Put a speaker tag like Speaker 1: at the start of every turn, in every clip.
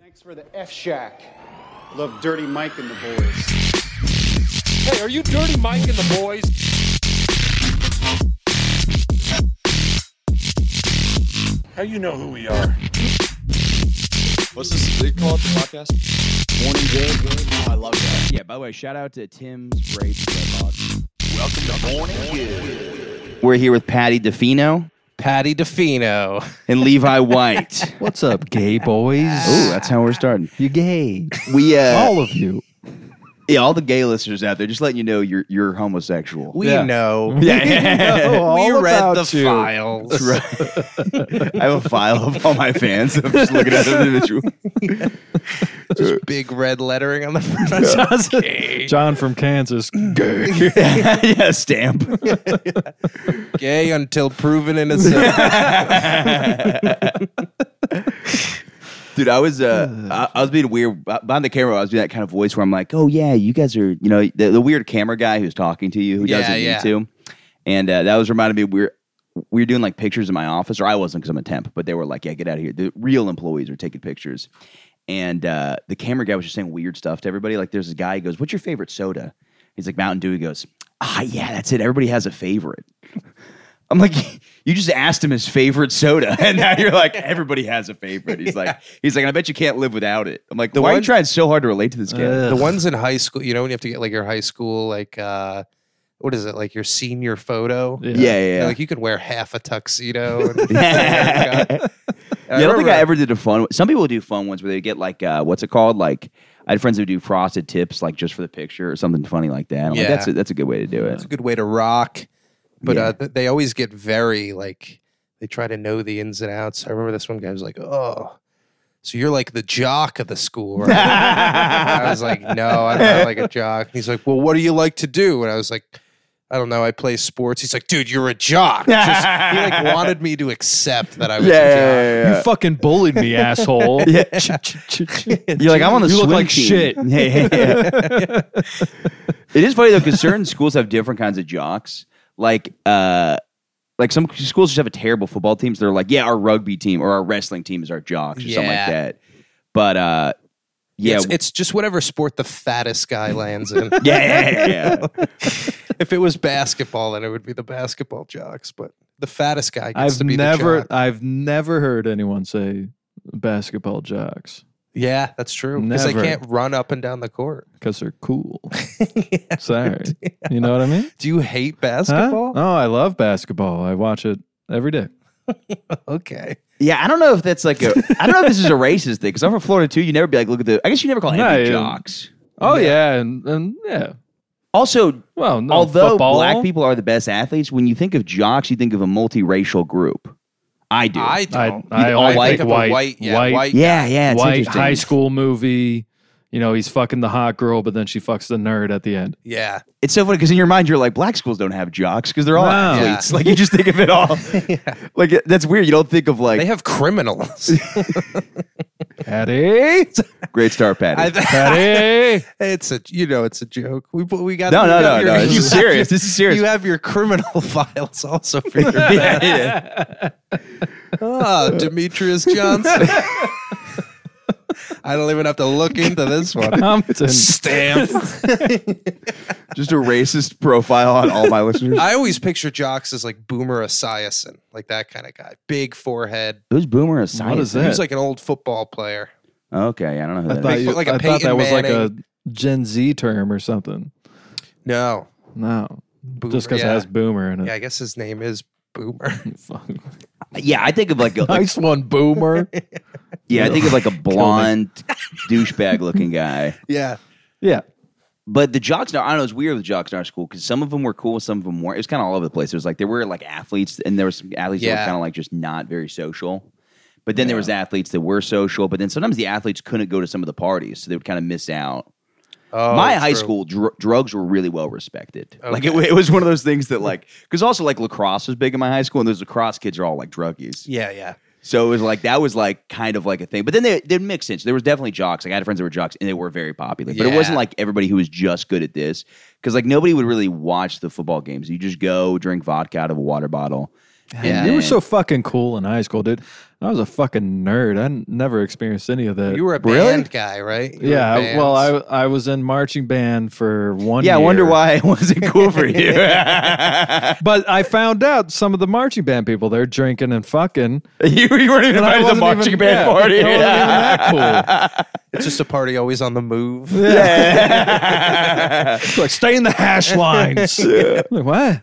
Speaker 1: Thanks for the F Shack. Love Dirty Mike and the boys.
Speaker 2: Hey, are you Dirty Mike and the boys? How you know who we are?
Speaker 3: What's this? They call it the podcast. Morning good. I love that.
Speaker 4: Yeah, by the way, shout out to Tim's Braids.
Speaker 3: Welcome to morning good.
Speaker 4: We're here with Patty DeFino
Speaker 2: Patty DeFino.
Speaker 4: and Levi White.
Speaker 5: What's up, gay boys?
Speaker 4: Ooh, that's how we're starting.
Speaker 5: you gay. Oh.
Speaker 4: We uh, all,
Speaker 5: All of you.
Speaker 4: yeah, all the gay listeners out there, just letting you know you're you're homosexual.
Speaker 2: We
Speaker 5: Yeah.
Speaker 2: know. Oh,
Speaker 4: yeah,
Speaker 2: we
Speaker 5: all
Speaker 2: read
Speaker 5: about
Speaker 2: the
Speaker 5: you.
Speaker 2: files.
Speaker 4: I have a file of all my fans. I'm just looking at them individual.
Speaker 2: Big red lettering on the front.
Speaker 5: John from Kansas. uh,
Speaker 4: yeah, stamp.
Speaker 2: Gay until proven innocent.
Speaker 4: Dude, I was uh, I, I was being weird Be- behind the camera. I was doing that kind of voice where I'm like, "Oh yeah, you guys are, you know, the, the weird camera guy who's talking to you who
Speaker 2: Yeah,
Speaker 4: doesn't
Speaker 2: yeah.
Speaker 4: need to." And uh, that was reminding me we're we were doing like pictures in my office, or I wasn't because I'm a temp, but they were like, "Yeah, get out of here." The real employees are taking pictures, and uh, the camera guy was just saying weird stuff to everybody. Like, there's this guy who goes, "What's your favorite soda?" He's like Mountain Dew. He goes, "Ah, yeah, that's it. Everybody has a favorite." I'm like, you just asked him his favorite soda, and now you're like, everybody has a favorite. He's like, he's like, I bet you can't live without it. I'm like,
Speaker 2: The
Speaker 4: why are
Speaker 2: one- Uh,
Speaker 4: you trying so hard to relate to this guy?
Speaker 5: Ugh.
Speaker 2: the ones in high school, you know, when you have to get like your high school, like, uh, what is it, like your senior photo?
Speaker 5: Yeah.
Speaker 4: yeah,
Speaker 2: You know,
Speaker 4: yeah.
Speaker 2: like you could wear half a tuxedo. and-
Speaker 4: yeah.
Speaker 2: I
Speaker 4: Yeah, I don't think
Speaker 2: remember-
Speaker 4: I ever did a fun. Some people do fun ones where they get like, uh, what's it called? Like, I had friends who do frosted tips, like just for the picture or something funny like that. I'm like,
Speaker 2: Yeah.
Speaker 4: that's a, that's a good way to do it.
Speaker 2: It's a good way to rock. But
Speaker 4: Yeah.
Speaker 2: uh, th- they always get very like they try to know the ins and outs. I remember this one guy was like, "Oh, so you're like the jock of the school?" Right? I was like, "No, I'm not like a jock." he's like, "Well, what do you like to do?" And I was like. I don't know. I play sports. He's like, dude, you're a jock. Just- he like wanted me to accept that I was a jock.
Speaker 5: You fucking bullied me, asshole.
Speaker 4: Yeah. You're like, I'm on the
Speaker 5: You look
Speaker 4: swim
Speaker 5: like
Speaker 4: team.
Speaker 5: shit.
Speaker 4: Yeah, yeah, yeah. it is funny though, because certain schools have different kinds of jocks. Like, uh, like some schools just have a terrible football teams. They're like, yeah, our rugby team or our wrestling team is our jocks or something like
Speaker 2: Yeah.
Speaker 4: that. But uh, yeah,
Speaker 2: It's, it's just whatever sport the fattest guy lands in.
Speaker 4: yeah, yeah, yeah, yeah.
Speaker 2: if it was basketball, then it would be the basketball jocks. But the fattest guy gets
Speaker 5: I've
Speaker 2: to be the
Speaker 5: never
Speaker 2: jock.
Speaker 5: I've never heard anyone say basketball jocks
Speaker 2: Yeah, that's true. Because they
Speaker 5: Never.
Speaker 2: can't run up and down the court.
Speaker 5: because they're cool. Sorry. You know what I mean?
Speaker 2: Do you hate
Speaker 5: Huh?
Speaker 2: basketball?
Speaker 5: Oh, I love basketball. I watch it every day.
Speaker 2: Okay.
Speaker 4: Yeah, I don't know if that's like a. I don't know if this is a racist thing because I'm from Florida too. You never be like, look at the. I guess you never call
Speaker 5: No,
Speaker 4: anything
Speaker 5: yeah.
Speaker 4: jocks.
Speaker 5: Oh yeah, and, and yeah.
Speaker 4: Also,
Speaker 5: Well, no,
Speaker 4: although
Speaker 5: football.
Speaker 4: black people are the best athletes, when you think of jocks, you think of a multiracial group. I do.
Speaker 2: I
Speaker 5: I,
Speaker 2: don't.
Speaker 5: I
Speaker 4: You
Speaker 5: only
Speaker 4: all
Speaker 5: think
Speaker 2: think of a
Speaker 5: white,
Speaker 2: white- yeah, white-
Speaker 4: yeah, yeah. It's
Speaker 5: white
Speaker 4: interesting.
Speaker 5: high school movie. You know, he's fucking the hot girl, but then she fucks the nerd at the end.
Speaker 2: yeah.
Speaker 4: It's so funny because in your mind you're like black schools don't have jocks because they're all
Speaker 5: No.
Speaker 4: athletes. Like you just think of it all. Like that's weird. You don't think of like
Speaker 2: They have criminals.
Speaker 5: Patty,
Speaker 4: great star Patty.
Speaker 2: I-
Speaker 5: Patty.
Speaker 2: it's a you know it's a joke. We put- we got
Speaker 4: no,
Speaker 2: we
Speaker 4: no, no,
Speaker 2: got
Speaker 4: no.
Speaker 2: your-
Speaker 4: This is serious. This is serious.
Speaker 2: You have your criminal files also for your
Speaker 4: yeah, yeah.
Speaker 2: Ah, Demetrius Johnson. I don't even have to look into this one.
Speaker 5: Compton.
Speaker 2: Stamp.
Speaker 4: Just a racist profile on all my listeners.
Speaker 2: I always picture jocks as like Boomer Esiason, like that kind of guy. Big forehead.
Speaker 4: Who's Boomer Esiason?
Speaker 5: What is
Speaker 2: He was
Speaker 5: that?
Speaker 2: like an old football player.
Speaker 4: Okay, I don't know who
Speaker 5: I
Speaker 4: that
Speaker 5: thought,
Speaker 4: is.
Speaker 5: you,
Speaker 2: like a
Speaker 5: I thought
Speaker 2: Peyton
Speaker 5: that was like a
Speaker 2: Manning.
Speaker 5: Gen Z term or something.
Speaker 2: No.
Speaker 5: No,
Speaker 2: Boomer,
Speaker 5: just because
Speaker 2: yeah.
Speaker 5: it has boomer in it.
Speaker 2: Yeah, I guess his name is Boomer.
Speaker 5: Fuck.
Speaker 4: Yeah, I think of like a like-
Speaker 5: nice one, boomer.
Speaker 4: yeah, I think of like a blonde douchebag looking guy.
Speaker 2: yeah.
Speaker 5: yeah,
Speaker 4: But the jocks, in our- I don't know, it was weird with jocks in our school because some of them were cool, some of them weren't. It was kind of all over the place. There was like, there were like athletes, and there were some athletes that
Speaker 2: Yeah.
Speaker 4: were kind of like just not very social. But then there was athletes that were social, but then sometimes the athletes couldn't go to some of the parties, so they would kind of miss out.
Speaker 2: Oh,
Speaker 4: My high
Speaker 2: true.
Speaker 4: school, dr- drugs were really well respected. Like it, it was one of those things that like, because also like lacrosse was big in my high school, and those lacrosse kids are all like druggies.
Speaker 2: Yeah, yeah.
Speaker 4: So it was like that was like kind of like a thing. But then they they'd mix it. So there was definitely jocks. Like I had friends that were jocks and they were very popular. But it wasn't
Speaker 2: Yeah.
Speaker 4: like everybody who was just good at this. Cause like nobody would really watch the football games. You just go drink vodka out of a water bottle
Speaker 5: Yeah, you were so fucking cool in high school, dude. I was a fucking nerd. I n- never experienced any of that.
Speaker 2: You were a band
Speaker 4: Really?
Speaker 2: guy, right? You were
Speaker 5: yeah.
Speaker 2: bands.
Speaker 5: Well, I I was in marching band for one.
Speaker 4: yeah, I wonder
Speaker 5: year.
Speaker 4: why it wasn't cool for you.
Speaker 5: But I found out some of the marching band people they're drinking and fucking.
Speaker 4: you, you weren't even
Speaker 5: And
Speaker 4: invited
Speaker 5: I
Speaker 4: to the
Speaker 5: wasn't
Speaker 4: marching
Speaker 5: even-
Speaker 4: band
Speaker 5: yeah,
Speaker 4: party.
Speaker 5: I wasn't even that cool.
Speaker 2: it's just a party always on the move.
Speaker 5: like stay in the hash lines. like, what?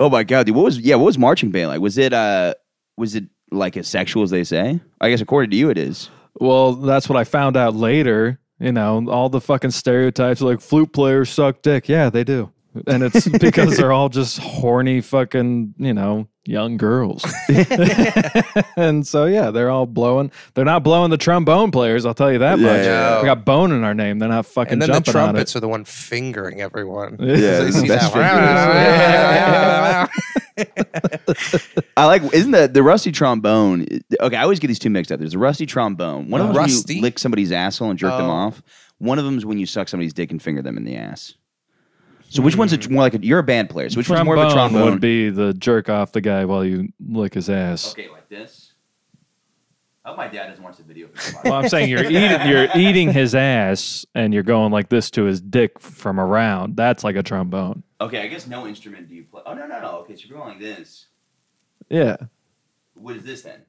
Speaker 4: Oh my god, dude! What was yeah? What was marching band like? Was it uh? Was it like as sexual as they say? I guess according to you, it is.
Speaker 5: Well, that's what I found out later. You know, all the fucking stereotypes like flute players suck dick. Yeah, they do. And it's because they're all just horny fucking, you know, young girls. and so yeah, they're all blowing. They're not blowing the trombone players, I'll tell you that much.
Speaker 2: Yeah.
Speaker 5: We got bone in our name. They're not fucking
Speaker 2: and then the
Speaker 5: jumping on it.
Speaker 2: trumpets are the one fingering everyone.
Speaker 5: Yeah,
Speaker 2: They
Speaker 4: the
Speaker 2: see
Speaker 4: best
Speaker 2: that.
Speaker 4: I like. Isn't the the rusty trombone? Okay, I always get these two mixed up. There's a rusty trombone. One of them
Speaker 2: Rusty?
Speaker 4: you lick somebody's asshole and jerk them
Speaker 2: Oh.
Speaker 4: off. One of them is when you suck somebody's dick and finger them in the ass. So which one's a, more like a, you're a band player? So which one's more of a trombone?
Speaker 5: would be the jerk off the guy while you lick his ass.
Speaker 4: okay, like this. I hope my dad doesn't watch the video.
Speaker 5: Well, I'm saying you're eating you're eating his ass and you're going like this to his dick from around. That's like a trombone.
Speaker 4: okay, I guess no instrument do you play? Oh no no no. Okay, so you're going like this.
Speaker 5: Yeah.
Speaker 4: What is this then?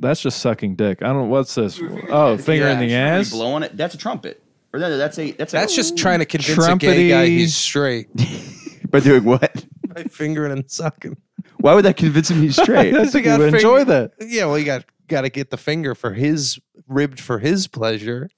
Speaker 5: That's just sucking dick. I don't what's this? Oh, finger in the
Speaker 4: Are you
Speaker 5: ass.
Speaker 4: blowing it. That's a trumpet. Or no, no, that's a that's a,
Speaker 2: That's just trying to convince a gay guy he's straight
Speaker 4: by doing what?
Speaker 2: by fingering and sucking.
Speaker 4: Why would that convince him he's straight?
Speaker 5: I think you would enjoy that.
Speaker 2: Yeah, well, you got got to get the finger for his ribbed for his pleasure,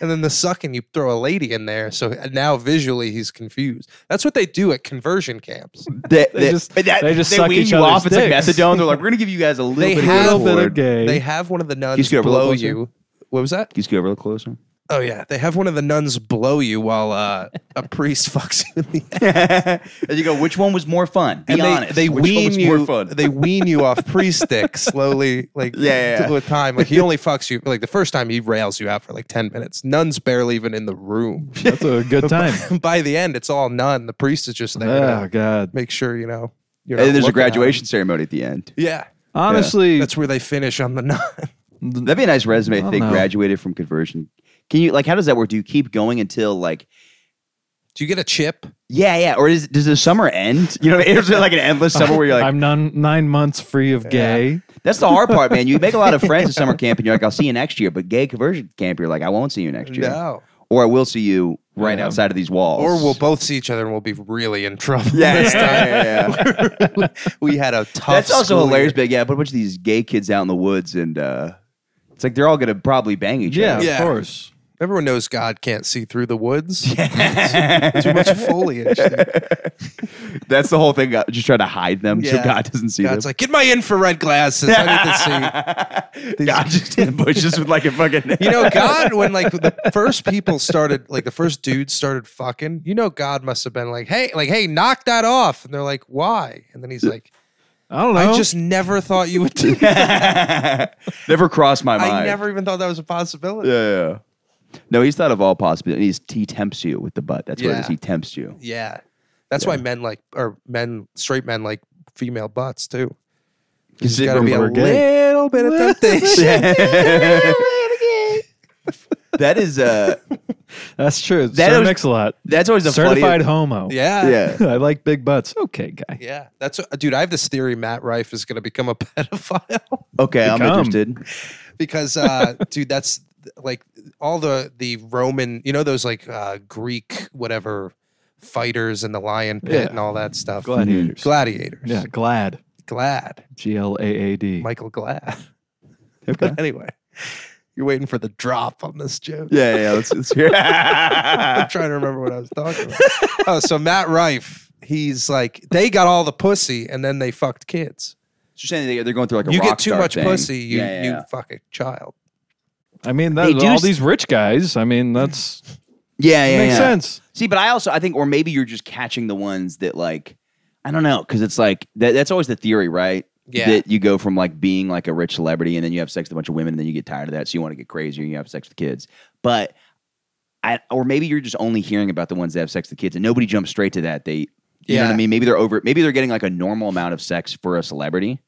Speaker 2: and then the sucking you throw a lady in there. So now visually he's confused. That's what they do at conversion camps.
Speaker 4: They, they-
Speaker 5: just-
Speaker 4: but that-
Speaker 5: they just suck
Speaker 4: wean
Speaker 5: each
Speaker 4: you
Speaker 5: other's
Speaker 4: off. It's like
Speaker 5: dicks.
Speaker 4: methadone. They're like, we're gonna give you guys a little
Speaker 2: They
Speaker 4: bit
Speaker 2: have-
Speaker 4: of
Speaker 5: Little bit of
Speaker 4: Gaylord. Can
Speaker 5: gay.
Speaker 2: They have one of the nuns
Speaker 4: get a little
Speaker 2: blow
Speaker 4: closer?
Speaker 2: you. What was that?
Speaker 4: you just get a little closer?
Speaker 2: Oh yeah, they have one of the nuns blow you while uh, a priest fucks you in the ass.
Speaker 4: and you go, which one was more fun? Be
Speaker 2: and
Speaker 4: honest.
Speaker 2: they, they
Speaker 4: which one
Speaker 2: wean
Speaker 4: was
Speaker 2: you.
Speaker 4: more fun?
Speaker 2: They wean you off priest dick slowly, like
Speaker 4: Yeah, yeah, yeah.
Speaker 2: with time. Like he only fucks you. Like the first time he rails you out for like ten minutes. Nuns barely even in the room.
Speaker 5: That's a good time.
Speaker 2: By the end, it's all nun. The priest is just there
Speaker 5: oh
Speaker 2: to
Speaker 5: god.
Speaker 2: make sure you know. You're
Speaker 4: and
Speaker 2: not
Speaker 4: then there's a
Speaker 2: looking at him.
Speaker 4: graduation ceremony at the end.
Speaker 2: Yeah,
Speaker 5: Honestly,
Speaker 2: that's where they finish on the nun.
Speaker 4: That'd be a nice resume if
Speaker 5: don't
Speaker 4: they
Speaker 5: know.
Speaker 4: graduated from conversion. Can you like? How does that work? Do you keep going until like?
Speaker 2: Do you get a chip?
Speaker 4: Yeah, yeah. Or is, does the summer end? You know, what I mean? is it like an endless summer where you're like,
Speaker 5: I'm none, 9 months free of gay.
Speaker 4: That's the hard part, man. You make a lot of friends at summer camp, and you're like, "I'll see you next year." But gay conversion camp, you're like, "I won't see you next year,"
Speaker 2: No.
Speaker 4: or "I will see you right
Speaker 5: Yeah.
Speaker 4: outside of these walls,"
Speaker 2: Or we'll both see each other and we'll be really in trouble.
Speaker 4: Yeah,
Speaker 2: this
Speaker 4: yeah,
Speaker 2: time.
Speaker 4: yeah, yeah, yeah.
Speaker 2: we had a tough.
Speaker 4: That's also
Speaker 2: school
Speaker 4: hilarious.
Speaker 2: year.
Speaker 4: But yeah, but a bunch of these gay kids out in the woods, and uh, it's like they're all gonna probably bang each
Speaker 5: Yeah,
Speaker 4: other.
Speaker 2: Yeah.
Speaker 5: of course.
Speaker 2: Everyone knows God can't see through the woods. Too much foliage.
Speaker 4: That's the whole thing. uh, Just trying to hide them so
Speaker 2: Yeah.
Speaker 4: God doesn't see
Speaker 2: God's
Speaker 4: them.
Speaker 2: like, get my infrared glasses. I need to see.
Speaker 4: God just in bushes with like a fucking.
Speaker 2: You know, God, when like the first people started, like the first dudes started fucking, you know, God must have been like, hey, like, hey, knock that off. And they're like, why? And then he's like,
Speaker 5: I don't know.
Speaker 2: I just never thought you would do that.
Speaker 4: never crossed my mind.
Speaker 2: I never even thought that was a possibility. Yeah.
Speaker 4: Yeah, yeah. No, he's thought of all possibilities. He's, he tempts you with the butt. That's what it is.
Speaker 2: Yeah.
Speaker 4: He tempts you.
Speaker 2: That's why men like, or men, straight men like female butts too.
Speaker 4: He's
Speaker 2: There's got to be a
Speaker 5: we're gay.
Speaker 2: little bit of temptation.
Speaker 4: that is uh
Speaker 5: That's true.
Speaker 4: That
Speaker 5: Sir
Speaker 4: was-
Speaker 5: mix a lot.
Speaker 4: that's always the
Speaker 5: Certified homo.
Speaker 2: yeah.
Speaker 4: funniest. Yeah.
Speaker 5: I like big butts. Okay, guy.
Speaker 2: Yeah, that's dude. I have this theory: Matt Rife is going to become a pedophile
Speaker 4: Okay, I'm
Speaker 5: Become.
Speaker 4: interested.
Speaker 2: because, uh, dude, that's like all the the Roman, you know, those like uh, Greek whatever fighters in the lion pit
Speaker 5: Yeah.
Speaker 2: and all that stuff.
Speaker 4: Hmm.
Speaker 5: Gladiators.
Speaker 2: Gladiators.
Speaker 5: Yeah, glad.
Speaker 2: Glad.
Speaker 5: G L A A D.
Speaker 2: Michael Glad. But anyway, you're waiting for the drop on this joke.
Speaker 4: Yeah, yeah, yeah, let's, let's hear.
Speaker 2: I'm trying to remember what I was talking about. oh, so Matt Rife, he's like they got all the pussy and then they fucked kids.
Speaker 4: You're saying they- they're going through like a
Speaker 2: you
Speaker 4: rock
Speaker 2: get too
Speaker 4: star
Speaker 2: much
Speaker 4: thing.
Speaker 2: pussy, you
Speaker 4: Yeah, yeah,
Speaker 2: you
Speaker 4: yeah.
Speaker 2: fuck a child.
Speaker 5: I mean,
Speaker 4: They
Speaker 5: that,
Speaker 4: do
Speaker 5: all
Speaker 4: s-
Speaker 5: these rich guys. I mean, that's
Speaker 4: yeah, yeah,
Speaker 5: makes
Speaker 4: yeah.
Speaker 5: sense.
Speaker 4: See, but I also I think, or maybe you're just catching the ones that like I don't know, because it's like that, that's always the theory, right?
Speaker 2: Yeah.
Speaker 4: That you go from like being like a rich celebrity and then you have sex with a bunch of women and then you get tired of that, so you want to get crazier and you have sex with kids. But I or maybe you're just only hearing about the ones that have sex with kids and nobody jumps straight to that. They You know what
Speaker 2: Yeah.
Speaker 4: I mean? Maybe they're over. Maybe they're getting like a normal amount of sex for a celebrity,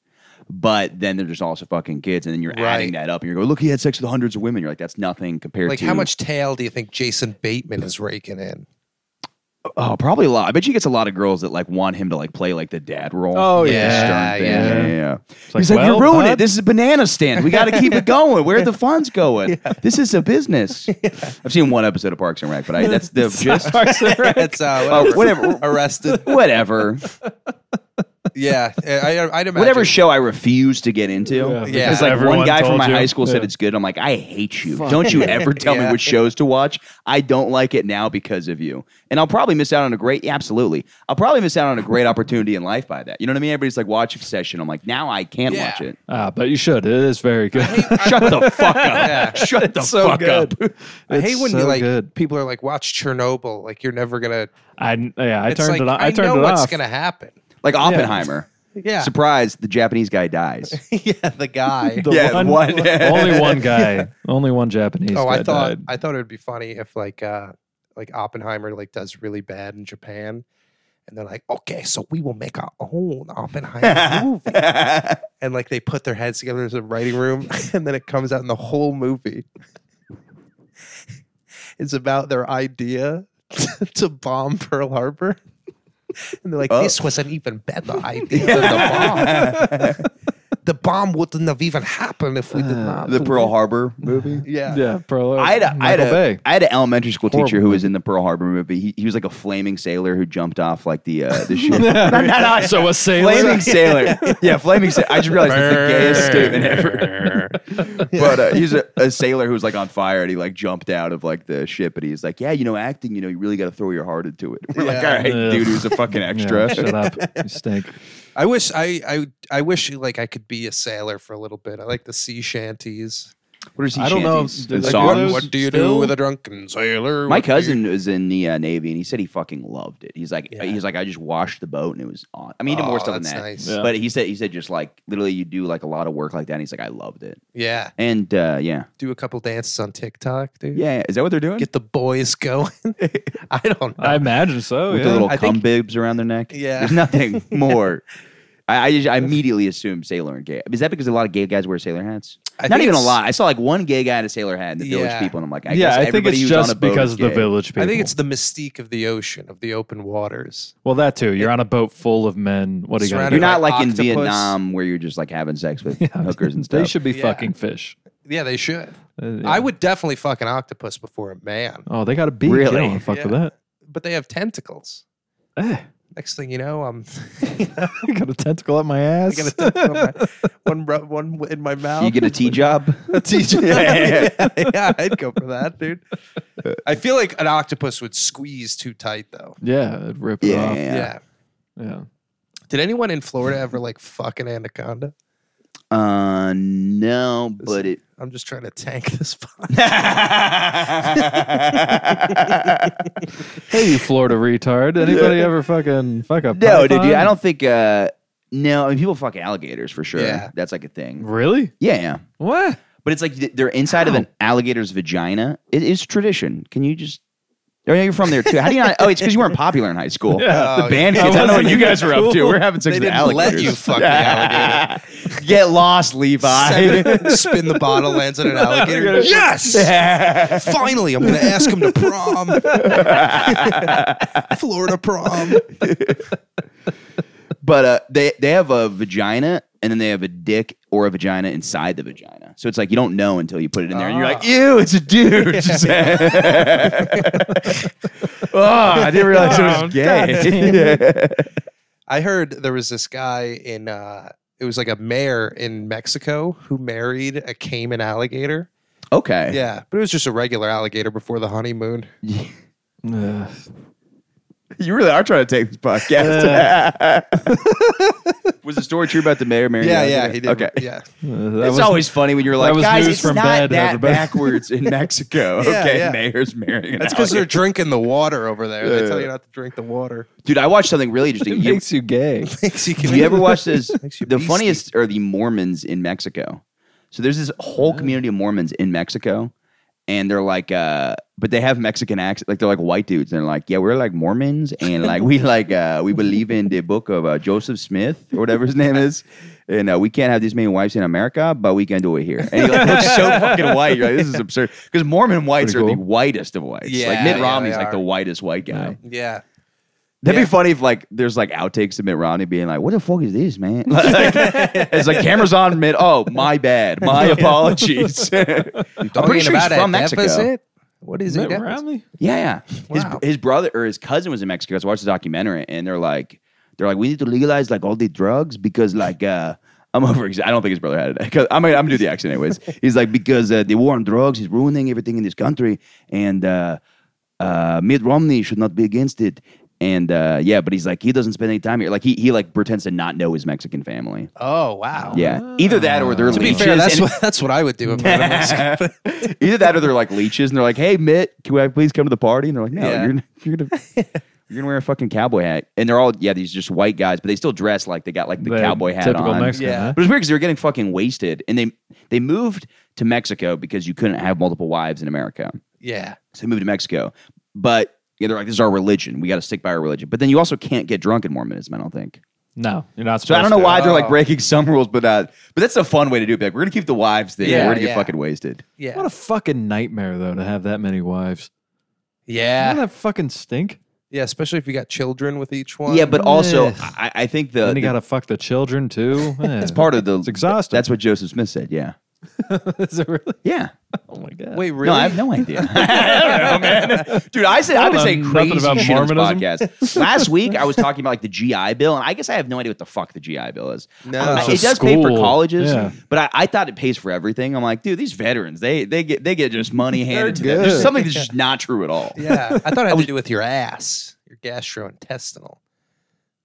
Speaker 4: but then they're just also fucking kids, and then you're adding
Speaker 2: Right.
Speaker 4: that up, and you're going, "Look, he had sex with hundreds of women." You're like, "That's nothing compared
Speaker 2: Like,
Speaker 4: to
Speaker 2: how much tail do you think Jason Bateman is raking in?
Speaker 4: Oh, probably a lot. I bet she gets a lot of girls that like want him to like play like the dad role.
Speaker 5: Oh,
Speaker 4: Like, the
Speaker 2: yeah,
Speaker 4: stern thing.
Speaker 2: yeah.
Speaker 4: yeah, yeah.
Speaker 5: like,
Speaker 4: He's like,
Speaker 5: "Well,
Speaker 4: you're ruining it.
Speaker 5: bud."
Speaker 4: This is a banana stand. We got to keep it going. Where are the funds going? This is a business. I've seen one episode of Parks and Rec, but I, that's the gist.
Speaker 2: That's uh,
Speaker 4: Oh,
Speaker 2: whatever.
Speaker 4: whatever.
Speaker 2: Arrested.
Speaker 4: Whatever.
Speaker 2: Yeah, I, I, I'd imagine.
Speaker 4: Whatever show I refuse to get into.
Speaker 5: Yeah,
Speaker 4: Because
Speaker 2: because
Speaker 4: like one
Speaker 5: everyone
Speaker 4: guy from
Speaker 5: told
Speaker 4: my
Speaker 5: you.
Speaker 4: high school said
Speaker 5: Yeah.
Speaker 4: it's good. I'm like, I hate you. Don't you ever tell me
Speaker 2: Yeah.
Speaker 4: which shows to watch. I don't like it now because of you. And I'll probably miss out on a great, yeah, absolutely. I'll probably miss out on a great opportunity in life by that. You know what I mean? Everybody's like, watch Obsession. I'm like, now I can't
Speaker 2: Yeah.
Speaker 4: watch it.
Speaker 5: Ah, but you should. It is very good.
Speaker 4: Shut the fuck up. Shut the
Speaker 5: so
Speaker 4: fuck
Speaker 5: good.
Speaker 4: up.
Speaker 2: I hate
Speaker 5: It's
Speaker 2: when you,
Speaker 5: so
Speaker 2: like
Speaker 5: good.
Speaker 2: people are like, watch Chernobyl. Like you're never gonna.
Speaker 5: I yeah, I
Speaker 2: It's
Speaker 5: turned
Speaker 2: like,
Speaker 5: it on. I turned
Speaker 2: know
Speaker 5: it
Speaker 2: what's
Speaker 5: off.
Speaker 2: gonna happen.
Speaker 4: Like Oppenheimer.
Speaker 2: Yeah,
Speaker 4: Surprise, the Japanese guy dies.
Speaker 2: yeah. The guy.
Speaker 5: The
Speaker 4: Yeah, one-
Speaker 5: only one guy, only one Japanese.
Speaker 2: oh, I
Speaker 5: guy
Speaker 2: thought
Speaker 5: died.
Speaker 2: I thought it would be funny if like uh like Oppenheimer like does really bad in Japan. And they're like, okay, so we will make our own Oppenheimer movie. and like they put their heads together in a writing room, and then it comes out in the whole movie. it's about their idea to bomb Pearl Harbor. And they're like,
Speaker 4: Oh.
Speaker 2: this was an even better idea than the bomb. the bomb wouldn't have even happened if we did not.
Speaker 4: Uh, the
Speaker 2: do
Speaker 4: Pearl
Speaker 2: it."
Speaker 4: Harbor movie.
Speaker 2: Yeah.
Speaker 5: yeah, Pearl
Speaker 4: I had, a, I, had
Speaker 5: Michael
Speaker 4: a,
Speaker 5: Bay.
Speaker 4: I had an elementary school teacher
Speaker 5: Horrible
Speaker 4: who was in the Pearl Harbor movie. He, he was like a flaming sailor who jumped off like the uh, the ship. Not- not- not-
Speaker 5: so a sailor.
Speaker 4: flaming sailor. Yeah, flaming sailor. I just realized that's the gayest statement ever. but uh, he's a, a sailor who's like on fire and he like jumped out of like the ship and he's like, yeah, you know, acting, you know, you really got to throw your heart into it. We're like,
Speaker 2: Yeah.
Speaker 4: all right,
Speaker 5: Ugh.
Speaker 4: dude, who's a fucking extra.
Speaker 5: Yeah, shut up, you stink.
Speaker 2: I wish I, I I wish like I could be a sailor for a little bit. I like the sea shanties.
Speaker 4: What are sea
Speaker 5: I don't know.
Speaker 4: shanties?
Speaker 5: Do
Speaker 4: And
Speaker 5: they do
Speaker 4: songs?
Speaker 5: those?
Speaker 2: What do you do
Speaker 5: still-
Speaker 2: with a drunken sailor?
Speaker 4: My
Speaker 2: What do you-
Speaker 4: cousin was in the uh, Navy, and he said he fucking loved it. He's like,
Speaker 2: Yeah.
Speaker 4: he's like, I just washed the boat, and it was on. I mean, he did
Speaker 2: Oh,
Speaker 4: more stuff than
Speaker 2: that's
Speaker 4: that,
Speaker 2: nice.
Speaker 5: Yeah.
Speaker 4: but he said he said just like literally, you do like a lot of work like that. And he's like, I loved it,
Speaker 2: Yeah.
Speaker 4: and uh, yeah,
Speaker 2: Do a couple dances on TikTok, dude.
Speaker 4: yeah. Is that what they're doing?
Speaker 2: Get the boys going. I don't know.
Speaker 5: I imagine so.
Speaker 4: With
Speaker 5: yeah.
Speaker 4: the little
Speaker 2: I
Speaker 4: cum
Speaker 2: think-
Speaker 4: bibs around their neck.
Speaker 2: Yeah.
Speaker 4: there's nothing more. I, I, just, I immediately assumed sailor and gay. Is that because a lot of gay guys wear sailor hats?
Speaker 2: I
Speaker 4: Not
Speaker 2: think
Speaker 4: even a
Speaker 2: it's-
Speaker 4: lot. I saw like one gay guy in a sailor hat in the village
Speaker 2: Yeah.
Speaker 4: people, and I'm like, I
Speaker 5: yeah,
Speaker 4: guess
Speaker 5: I think
Speaker 4: everybody
Speaker 5: it's
Speaker 4: who's on a
Speaker 5: just
Speaker 4: boat
Speaker 5: because
Speaker 4: is
Speaker 5: of the
Speaker 4: gay.
Speaker 5: village people.
Speaker 2: I think it's the mystique of the ocean, of the open waters.
Speaker 5: well that too. You're on a boat full of men. What are you gonna
Speaker 2: Surrounded
Speaker 4: You're
Speaker 5: do?
Speaker 4: not
Speaker 2: Like
Speaker 4: like in
Speaker 2: octopus.
Speaker 4: Vietnam where you're just like having sex with hookers and
Speaker 5: they
Speaker 4: stuff.
Speaker 5: should be
Speaker 2: Yeah.
Speaker 5: fucking fish.
Speaker 2: Yeah, they should.
Speaker 5: Uh, yeah.
Speaker 2: I would definitely fuck an octopus before a man,
Speaker 5: Oh, they got a beak.
Speaker 4: Really?
Speaker 5: I don't wanna fuck with
Speaker 2: Yeah.
Speaker 5: that.
Speaker 2: but they have tentacles.
Speaker 5: Eh,
Speaker 2: Next thing you know, I'm
Speaker 5: I got a tentacle up my
Speaker 2: I
Speaker 5: ass.
Speaker 2: got a tentacle in my, one rub- one in my mouth.
Speaker 4: you get a tea job.
Speaker 2: a teacher. Oh. yeah, yeah, I'd go for that, dude. I feel like an octopus would squeeze too tight, though.
Speaker 5: yeah, it'd rip it
Speaker 4: Yeah.
Speaker 5: off.
Speaker 2: Yeah.
Speaker 5: Yeah.
Speaker 2: Did anyone in Florida ever like fuck an anaconda?
Speaker 4: Uh, no, but it.
Speaker 2: I'm just trying to tank this pod.
Speaker 5: Hey, you Florida retard. Anybody ever fucking fuck up?
Speaker 4: no, dude, dude, I don't think. Uh, no, I mean people fuck alligators for sure.
Speaker 2: Yeah.
Speaker 4: That's like a thing.
Speaker 5: Really?
Speaker 4: Yeah, yeah.
Speaker 5: What?
Speaker 4: But it's like th- they're inside of an alligator's vagina. It is tradition. Can you just? Oh, yeah, you're from there too. How do you not? Oh, it's because you weren't popular in high school.
Speaker 5: Yeah.
Speaker 4: The band
Speaker 2: Oh,
Speaker 5: I
Speaker 4: kids. I don't know what
Speaker 5: wasn't
Speaker 4: you guys were
Speaker 5: even
Speaker 4: up to.
Speaker 5: cool.
Speaker 4: We're having sex
Speaker 2: They
Speaker 4: with
Speaker 2: didn't let
Speaker 4: alligators.
Speaker 2: you fuck the alligator.
Speaker 4: Get lost, Levi.
Speaker 2: Seven- spin the bottle, lands on an alligator. yes! Finally, I'm going to ask him to prom. Florida prom.
Speaker 4: But uh, they they have a vagina and then they have a dick or a vagina inside the vagina. So it's like you don't know until you put it in there, and you're like, "Ew, it's a dude." oh, I didn't realize it
Speaker 5: Oh,
Speaker 4: was gay.
Speaker 2: I heard there was this guy in, uh, it was like a mayor in Mexico who married a Cayman alligator.
Speaker 4: okay.
Speaker 2: Yeah, but it was just a regular alligator before the honeymoon.
Speaker 5: Ugh.
Speaker 4: You really are trying to take this podcast. was the story true about the mayor marrying?
Speaker 2: Yeah,
Speaker 4: the
Speaker 2: yeah,
Speaker 4: alligator?
Speaker 2: he did.
Speaker 4: Okay.
Speaker 2: Yeah,
Speaker 5: Uh, that
Speaker 4: It's
Speaker 5: was-
Speaker 4: always funny when you're like,
Speaker 5: was
Speaker 4: guys,
Speaker 5: news
Speaker 4: it's
Speaker 5: from
Speaker 4: not
Speaker 5: bed,
Speaker 4: that
Speaker 5: everybody."
Speaker 4: backwards in Mexico.
Speaker 2: Yeah,
Speaker 4: okay,
Speaker 2: yeah.
Speaker 4: mayor's marrying. an
Speaker 2: that's because they're
Speaker 4: alligator.
Speaker 2: drinking the water over there. They tell you not to drink the water.
Speaker 4: dude. I watched something really interesting.
Speaker 5: it
Speaker 4: You-
Speaker 5: makes you gay.
Speaker 2: Makes
Speaker 4: Do you ever watch this?
Speaker 2: Makes you
Speaker 4: the
Speaker 2: beastie.
Speaker 4: funniest are the Mormons in Mexico. So there's this whole community of Mormons in Mexico, and they're like, uh, but they have Mexican accent. Like they're like white dudes. And they're like, yeah, we're like Mormons, and like we like uh, we believe in the book of uh, Joseph Smith or whatever his name is. And uh, we can't have these many wives in America, but we can do it here. And he like, looks so fucking white. You're like, this is absurd. Because Mormon whites
Speaker 5: Pretty
Speaker 4: are the
Speaker 5: cool.
Speaker 4: whitest of whites. like
Speaker 2: Yeah,
Speaker 4: Mitt
Speaker 2: yeah,
Speaker 4: Romney's
Speaker 2: they
Speaker 4: like the
Speaker 2: are.
Speaker 4: whitest white guy.
Speaker 2: Yeah.
Speaker 4: That'd
Speaker 2: Yeah.
Speaker 4: be funny if like there's like outtakes of Mitt Romney being like, "What the fuck is this, man?" Like, it's like cameras on Mitt. Oh, my bad. My apologies. I'm pretty sure he's from Mexico.
Speaker 2: Deficit? What is it?
Speaker 5: Mitt
Speaker 2: deficit?
Speaker 5: Romney?
Speaker 4: Yeah, yeah. His,
Speaker 2: Wow.
Speaker 4: his brother or his cousin was in Mexico. So I watched the documentary, and they're like, they're like, we need to legalize like all the drugs because like uh, I'm over. I don't think his brother had it. 'Cause- I mean, I'm gonna do the accent anyways. He's like because uh, the war on drugs is ruining everything in this country, and uh, uh, Mitt Romney should not be against it. And uh, yeah, but he's like he doesn't spend any time here. Like he he like pretends to not know his Mexican family.
Speaker 2: Oh wow.
Speaker 4: Yeah, either that or they're
Speaker 2: To be
Speaker 4: leeches.
Speaker 2: fair, that's
Speaker 4: and-
Speaker 2: what, that's what I would do if I were Mexican.
Speaker 4: Either that or they're like leeches and they're like, hey, Mitt, can I please come to the party? And they're like, no,
Speaker 2: Yeah.
Speaker 4: you're, gonna- you're going to. You're gonna wear a fucking cowboy hat, and they're all yeah these just white guys, but they still dress like they got like the cowboy hat
Speaker 5: typical
Speaker 4: on.
Speaker 5: Mexican.
Speaker 2: Yeah.
Speaker 5: huh?
Speaker 4: But it's weird because they were getting fucking wasted, and they they moved to Mexico because you couldn't have multiple wives in America,
Speaker 2: Yeah.
Speaker 4: so they moved to Mexico. But yeah, they're like, this is our religion, we got to stick by our religion. But then you also can't get drunk in Mormonism, I don't think.
Speaker 5: No, you're not supposed
Speaker 4: So I don't know
Speaker 5: to.
Speaker 4: why they're like
Speaker 2: Oh.
Speaker 4: breaking some rules, but uh, but that's a fun way to do it. Be Like we're gonna keep the wives thing,
Speaker 2: Yeah,
Speaker 4: we're gonna get
Speaker 2: yeah.
Speaker 4: fucking wasted.
Speaker 2: Yeah.
Speaker 5: What a fucking nightmare, though, to have that many wives.
Speaker 2: yeah.
Speaker 5: Doesn't that fucking stink?
Speaker 4: Uh,
Speaker 2: Yeah. Especially if you got children with each one.
Speaker 4: Yeah, but also
Speaker 5: Ugh.
Speaker 4: I, I think the,
Speaker 5: and
Speaker 4: the
Speaker 5: you got to fuck the children, too.
Speaker 4: It's part of the.
Speaker 5: It's exhausting.
Speaker 4: That's what Joseph Smith said. Yeah.
Speaker 5: Is it really?
Speaker 4: Yeah.
Speaker 5: Oh, my God.
Speaker 2: wait, really?
Speaker 4: No, I have no idea. I don't know, man. Dude, I said I've been
Speaker 5: know
Speaker 4: saying
Speaker 5: nothing
Speaker 4: crazy
Speaker 5: about
Speaker 4: shit on this
Speaker 5: Mormonism.
Speaker 4: podcast. Last week, I was talking about like the GI Bill, and I guess I have no idea what the fuck the GI Bill is.
Speaker 2: No.
Speaker 4: I-
Speaker 2: It's
Speaker 4: it
Speaker 5: a
Speaker 4: does pay for
Speaker 5: school.
Speaker 4: colleges,
Speaker 5: Yeah.
Speaker 4: but I, I thought it pays for everything. I'm like, dude, these veterans, they they get they get just money handed to them.
Speaker 5: good.
Speaker 4: There's something that's just not true at all.
Speaker 2: Yeah. I thought it had to do with your ass, your gastrointestinal,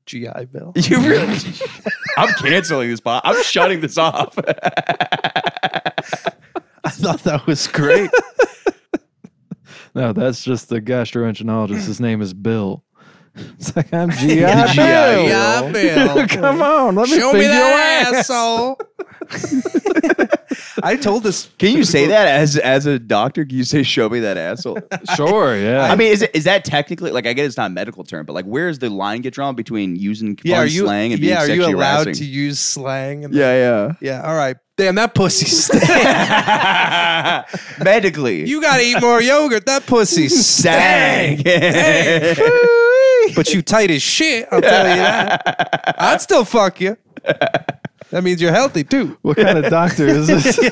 Speaker 2: GI Bill.
Speaker 4: You really? I'm canceling this pod. I'm shutting this off.
Speaker 2: I thought that was great.
Speaker 5: No, that's just the gastroenterologist. His name is Bill. It's like, I'm GI.
Speaker 4: GI
Speaker 5: Bill.
Speaker 2: GI Bill.
Speaker 5: Come on, let me
Speaker 2: Show
Speaker 5: feel
Speaker 2: me that
Speaker 5: your ass.
Speaker 2: asshole. I told this.
Speaker 4: Can you say that as as a doctor? Can you say, "Show me that asshole"?
Speaker 5: Sure, yeah.
Speaker 4: I mean, is it is that technically like I get it's not a medical term, but like where is the line get drawn between using
Speaker 2: Yeah,
Speaker 4: fun
Speaker 2: are you
Speaker 4: slang and being
Speaker 2: yeah? Are you
Speaker 4: sexually
Speaker 2: allowed
Speaker 4: harassing?
Speaker 2: to use slang? And
Speaker 4: yeah,
Speaker 2: yeah. All right. Damn, that pussy stank.
Speaker 4: yeah. Medically,
Speaker 2: you gotta eat more yogurt. That pussy stank.
Speaker 4: dang.
Speaker 2: but you tight as shit. I'll tell you that. I'd still fuck you. That means you're healthy too.
Speaker 5: what kind of doctor is this?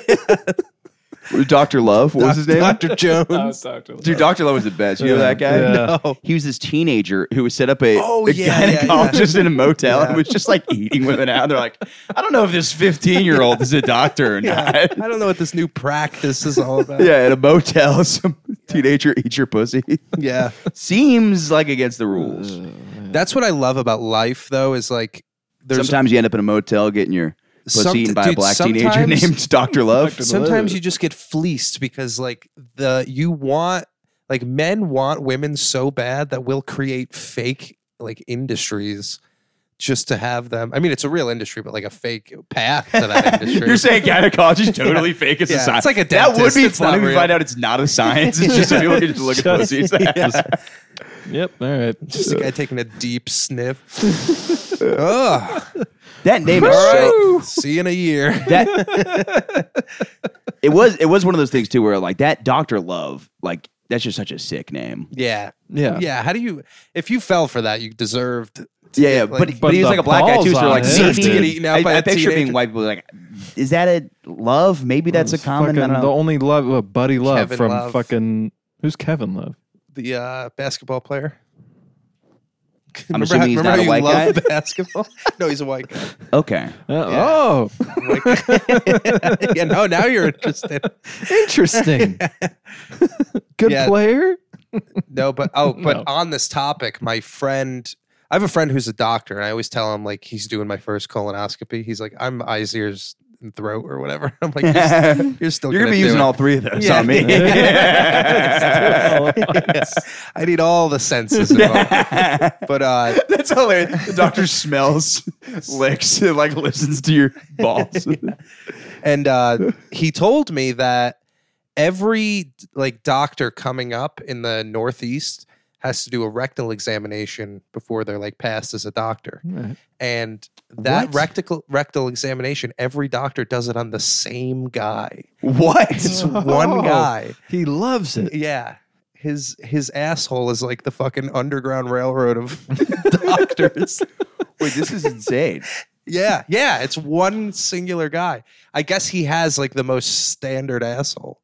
Speaker 4: Doctor Love, what was his name?
Speaker 2: Dr. Jones.
Speaker 4: Dude, Doctor Love was the best. You know that guy?
Speaker 5: Yeah.
Speaker 2: No.
Speaker 4: He was this teenager who was set up a,
Speaker 2: Oh,
Speaker 4: a
Speaker 2: yeah, yeah,
Speaker 4: gynecologist in a motel and
Speaker 2: Yeah.
Speaker 4: was just like eating women out. They're like, I don't know if this 15 year old is a doctor or not.
Speaker 2: I don't know what this new practice is all about.
Speaker 4: Yeah, at a motel, some teenager eats your pussy.
Speaker 2: yeah.
Speaker 4: Seems like against the
Speaker 2: Uh,
Speaker 4: rules.
Speaker 2: That's what I love about life, though, is like there's
Speaker 4: sometimes you end up in a motel getting your pussy
Speaker 2: Somet-
Speaker 4: eaten by a
Speaker 2: dude,
Speaker 4: black teenager
Speaker 2: sometimes-
Speaker 4: named Doctor Love.
Speaker 2: sometimes you just get fleeced because like the you want like men want women so bad that we'll create fake like industries just to have them. I mean, it's a real industry, but like a fake path to that industry.
Speaker 4: You're saying gynecologist is totally fake as a
Speaker 2: Yeah,
Speaker 4: science.
Speaker 2: it's like a
Speaker 4: That would
Speaker 2: dentist,
Speaker 4: be
Speaker 2: it's
Speaker 4: funny
Speaker 2: not
Speaker 4: if we
Speaker 2: real.
Speaker 4: find out it's not a science. It's just people can just look at pussies.
Speaker 5: yep, all right. Uh,
Speaker 2: Just a guy taking a deep sniff. Ugh.
Speaker 4: that name is
Speaker 2: All
Speaker 4: so.
Speaker 2: right. See you in a year.
Speaker 4: That it was it was one of those things too where like that Doctor Love like that's just such a sick name.
Speaker 2: Yeah.
Speaker 5: Yeah.
Speaker 2: Yeah. How do you, if you fell for that, you deserved. to
Speaker 4: Yeah, yeah,
Speaker 2: get,
Speaker 4: but,
Speaker 2: like-
Speaker 4: but, he was
Speaker 5: But the
Speaker 4: like a black guy too, so
Speaker 5: balls
Speaker 4: they're like
Speaker 5: on it.
Speaker 4: maybe-
Speaker 5: To get
Speaker 2: eaten out
Speaker 4: I,
Speaker 2: by
Speaker 4: I
Speaker 2: a
Speaker 4: picture being
Speaker 2: teenager.
Speaker 4: white people like, is that a love? Maybe that's a
Speaker 5: It's
Speaker 4: common. I
Speaker 5: fucking-
Speaker 4: don't
Speaker 5: The
Speaker 4: know.
Speaker 5: only love, uh, Buddy Love
Speaker 2: Kevin
Speaker 5: from
Speaker 2: Love.
Speaker 5: fucking. Who's Kevin Love?
Speaker 2: the uh, basketball player.
Speaker 4: I'm
Speaker 2: remember how,
Speaker 4: assuming he's not
Speaker 2: remember how
Speaker 4: a
Speaker 2: you
Speaker 4: white guy.
Speaker 2: love basketball? no, he's a white guy.
Speaker 4: Okay.
Speaker 5: Uh, Oh,
Speaker 2: White guy. yeah, no, now you're interested.
Speaker 5: interesting. Good
Speaker 2: Yeah.
Speaker 5: player.
Speaker 2: No, but oh, but
Speaker 5: No.
Speaker 2: on this topic, my friend, I have a friend who's a doctor, and I always tell him like he's doing my first colonoscopy. He's like, I'm eyes, ears, and throat, or whatever. I'm like, you're, s- you're still
Speaker 4: You're gonna
Speaker 2: gonna
Speaker 4: be
Speaker 2: do
Speaker 4: using
Speaker 2: it.
Speaker 4: all three of those
Speaker 2: Yeah.
Speaker 4: on me.
Speaker 2: I need all the senses involved. but uh,
Speaker 4: That's hilarious. The doctor smells, licks, and like listens to your balls.
Speaker 2: and uh, he told me that every like doctor coming up in the Northeast has to do a rectal examination before they're like passed as a doctor.
Speaker 5: Right.
Speaker 2: And that
Speaker 4: What?
Speaker 2: rectal rectal examination, every doctor does it on the same guy. It's
Speaker 4: What?
Speaker 2: one guy.
Speaker 5: Oh, He loves it.
Speaker 2: Yeah. His his asshole is like the fucking underground railroad of doctors.
Speaker 4: Wait, this is insane.
Speaker 2: Yeah, yeah, it's one singular guy. I guess he has like the most standard asshole.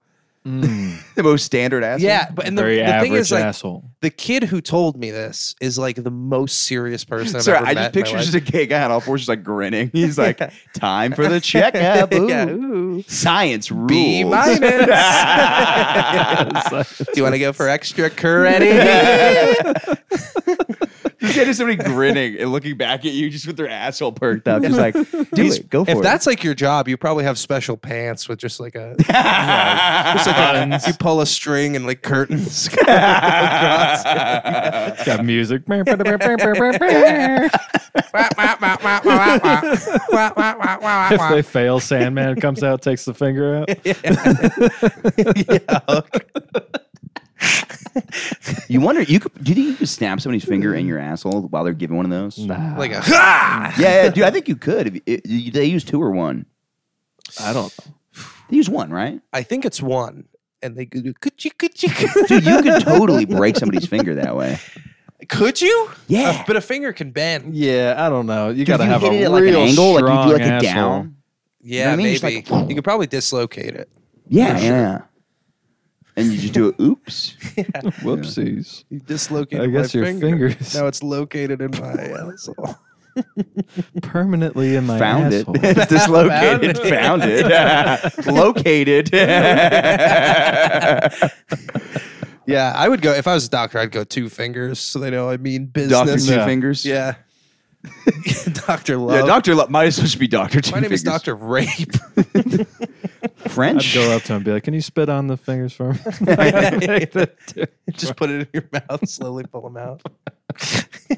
Speaker 5: Mm.
Speaker 4: the most standard ass.
Speaker 2: Yeah, but and the,
Speaker 5: Very
Speaker 2: the
Speaker 5: average
Speaker 2: thing is like
Speaker 5: asshole.
Speaker 2: the kid who told me this is like the most serious person I've
Speaker 4: Sorry,
Speaker 2: ever
Speaker 4: I
Speaker 2: met
Speaker 4: just
Speaker 2: in my
Speaker 4: picture
Speaker 2: life.
Speaker 4: just a gay guy on all fours, just like grinning. He's like, "Time for the checkup." Ooh.
Speaker 2: Yeah,
Speaker 4: Science rules.
Speaker 2: B minus.
Speaker 5: It's like-
Speaker 2: Do you want to go for extra credit?
Speaker 4: You can't just somebody grinning and looking back at you just with their asshole perked up. Just like, do
Speaker 2: He's-
Speaker 4: it. Go for
Speaker 2: if
Speaker 4: it.
Speaker 2: that's like your job, you probably have special pants with just like a, just like a you pull a string and like curtains.
Speaker 5: it's got music. if they fail, Sandman comes out, takes the finger out.
Speaker 4: you wonder, you could, do you think you could snap somebody's finger in your asshole while they're giving one of those?
Speaker 5: Nah,
Speaker 2: like a
Speaker 4: Yeah, yeah, dude, I think you could. If you- it- you- they use two or one.
Speaker 5: I don't. know.
Speaker 4: They use one, right?
Speaker 2: I think it's one. And they could could you could you
Speaker 4: Dude, you could totally break somebody's finger that way.
Speaker 2: could you?
Speaker 4: Yeah.
Speaker 2: A- but a finger can bend.
Speaker 5: Yeah, I don't know. You
Speaker 4: Dude,
Speaker 5: gotta
Speaker 4: if you
Speaker 5: have
Speaker 4: hit it
Speaker 5: a
Speaker 4: at like an
Speaker 5: real
Speaker 4: angle, like you do like
Speaker 5: strong
Speaker 4: a
Speaker 5: asshole.
Speaker 4: down.
Speaker 2: Yeah,
Speaker 4: I mean? Just
Speaker 2: maybe
Speaker 4: like-
Speaker 2: you could probably dislocate it.
Speaker 4: Yeah, yeah. And you just do a oops.
Speaker 5: Whoopsies.
Speaker 2: You dislocated
Speaker 5: I guess
Speaker 2: my
Speaker 5: your
Speaker 2: finger.
Speaker 5: fingers-
Speaker 2: Now it's located in my asshole.
Speaker 5: Permanently in my
Speaker 4: Found it.
Speaker 5: asshole.
Speaker 4: Dislocated. Found it. Located.
Speaker 2: Yeah, I would go if I was a doctor. I'd go two fingers so they know I mean
Speaker 4: Doctor
Speaker 2: business.
Speaker 4: Two
Speaker 5: Yeah.
Speaker 4: Fingers.
Speaker 2: Yeah, Doctor Love.
Speaker 4: Yeah, Doctor Love might as well just be Doctor Two
Speaker 2: my name is
Speaker 4: Fingers.
Speaker 2: Doctor Rape.
Speaker 5: I'd
Speaker 4: French.
Speaker 5: go up to him and be like, "Can you spit on the fingers for me?"
Speaker 2: Just put it in your mouth, slowly pull them out.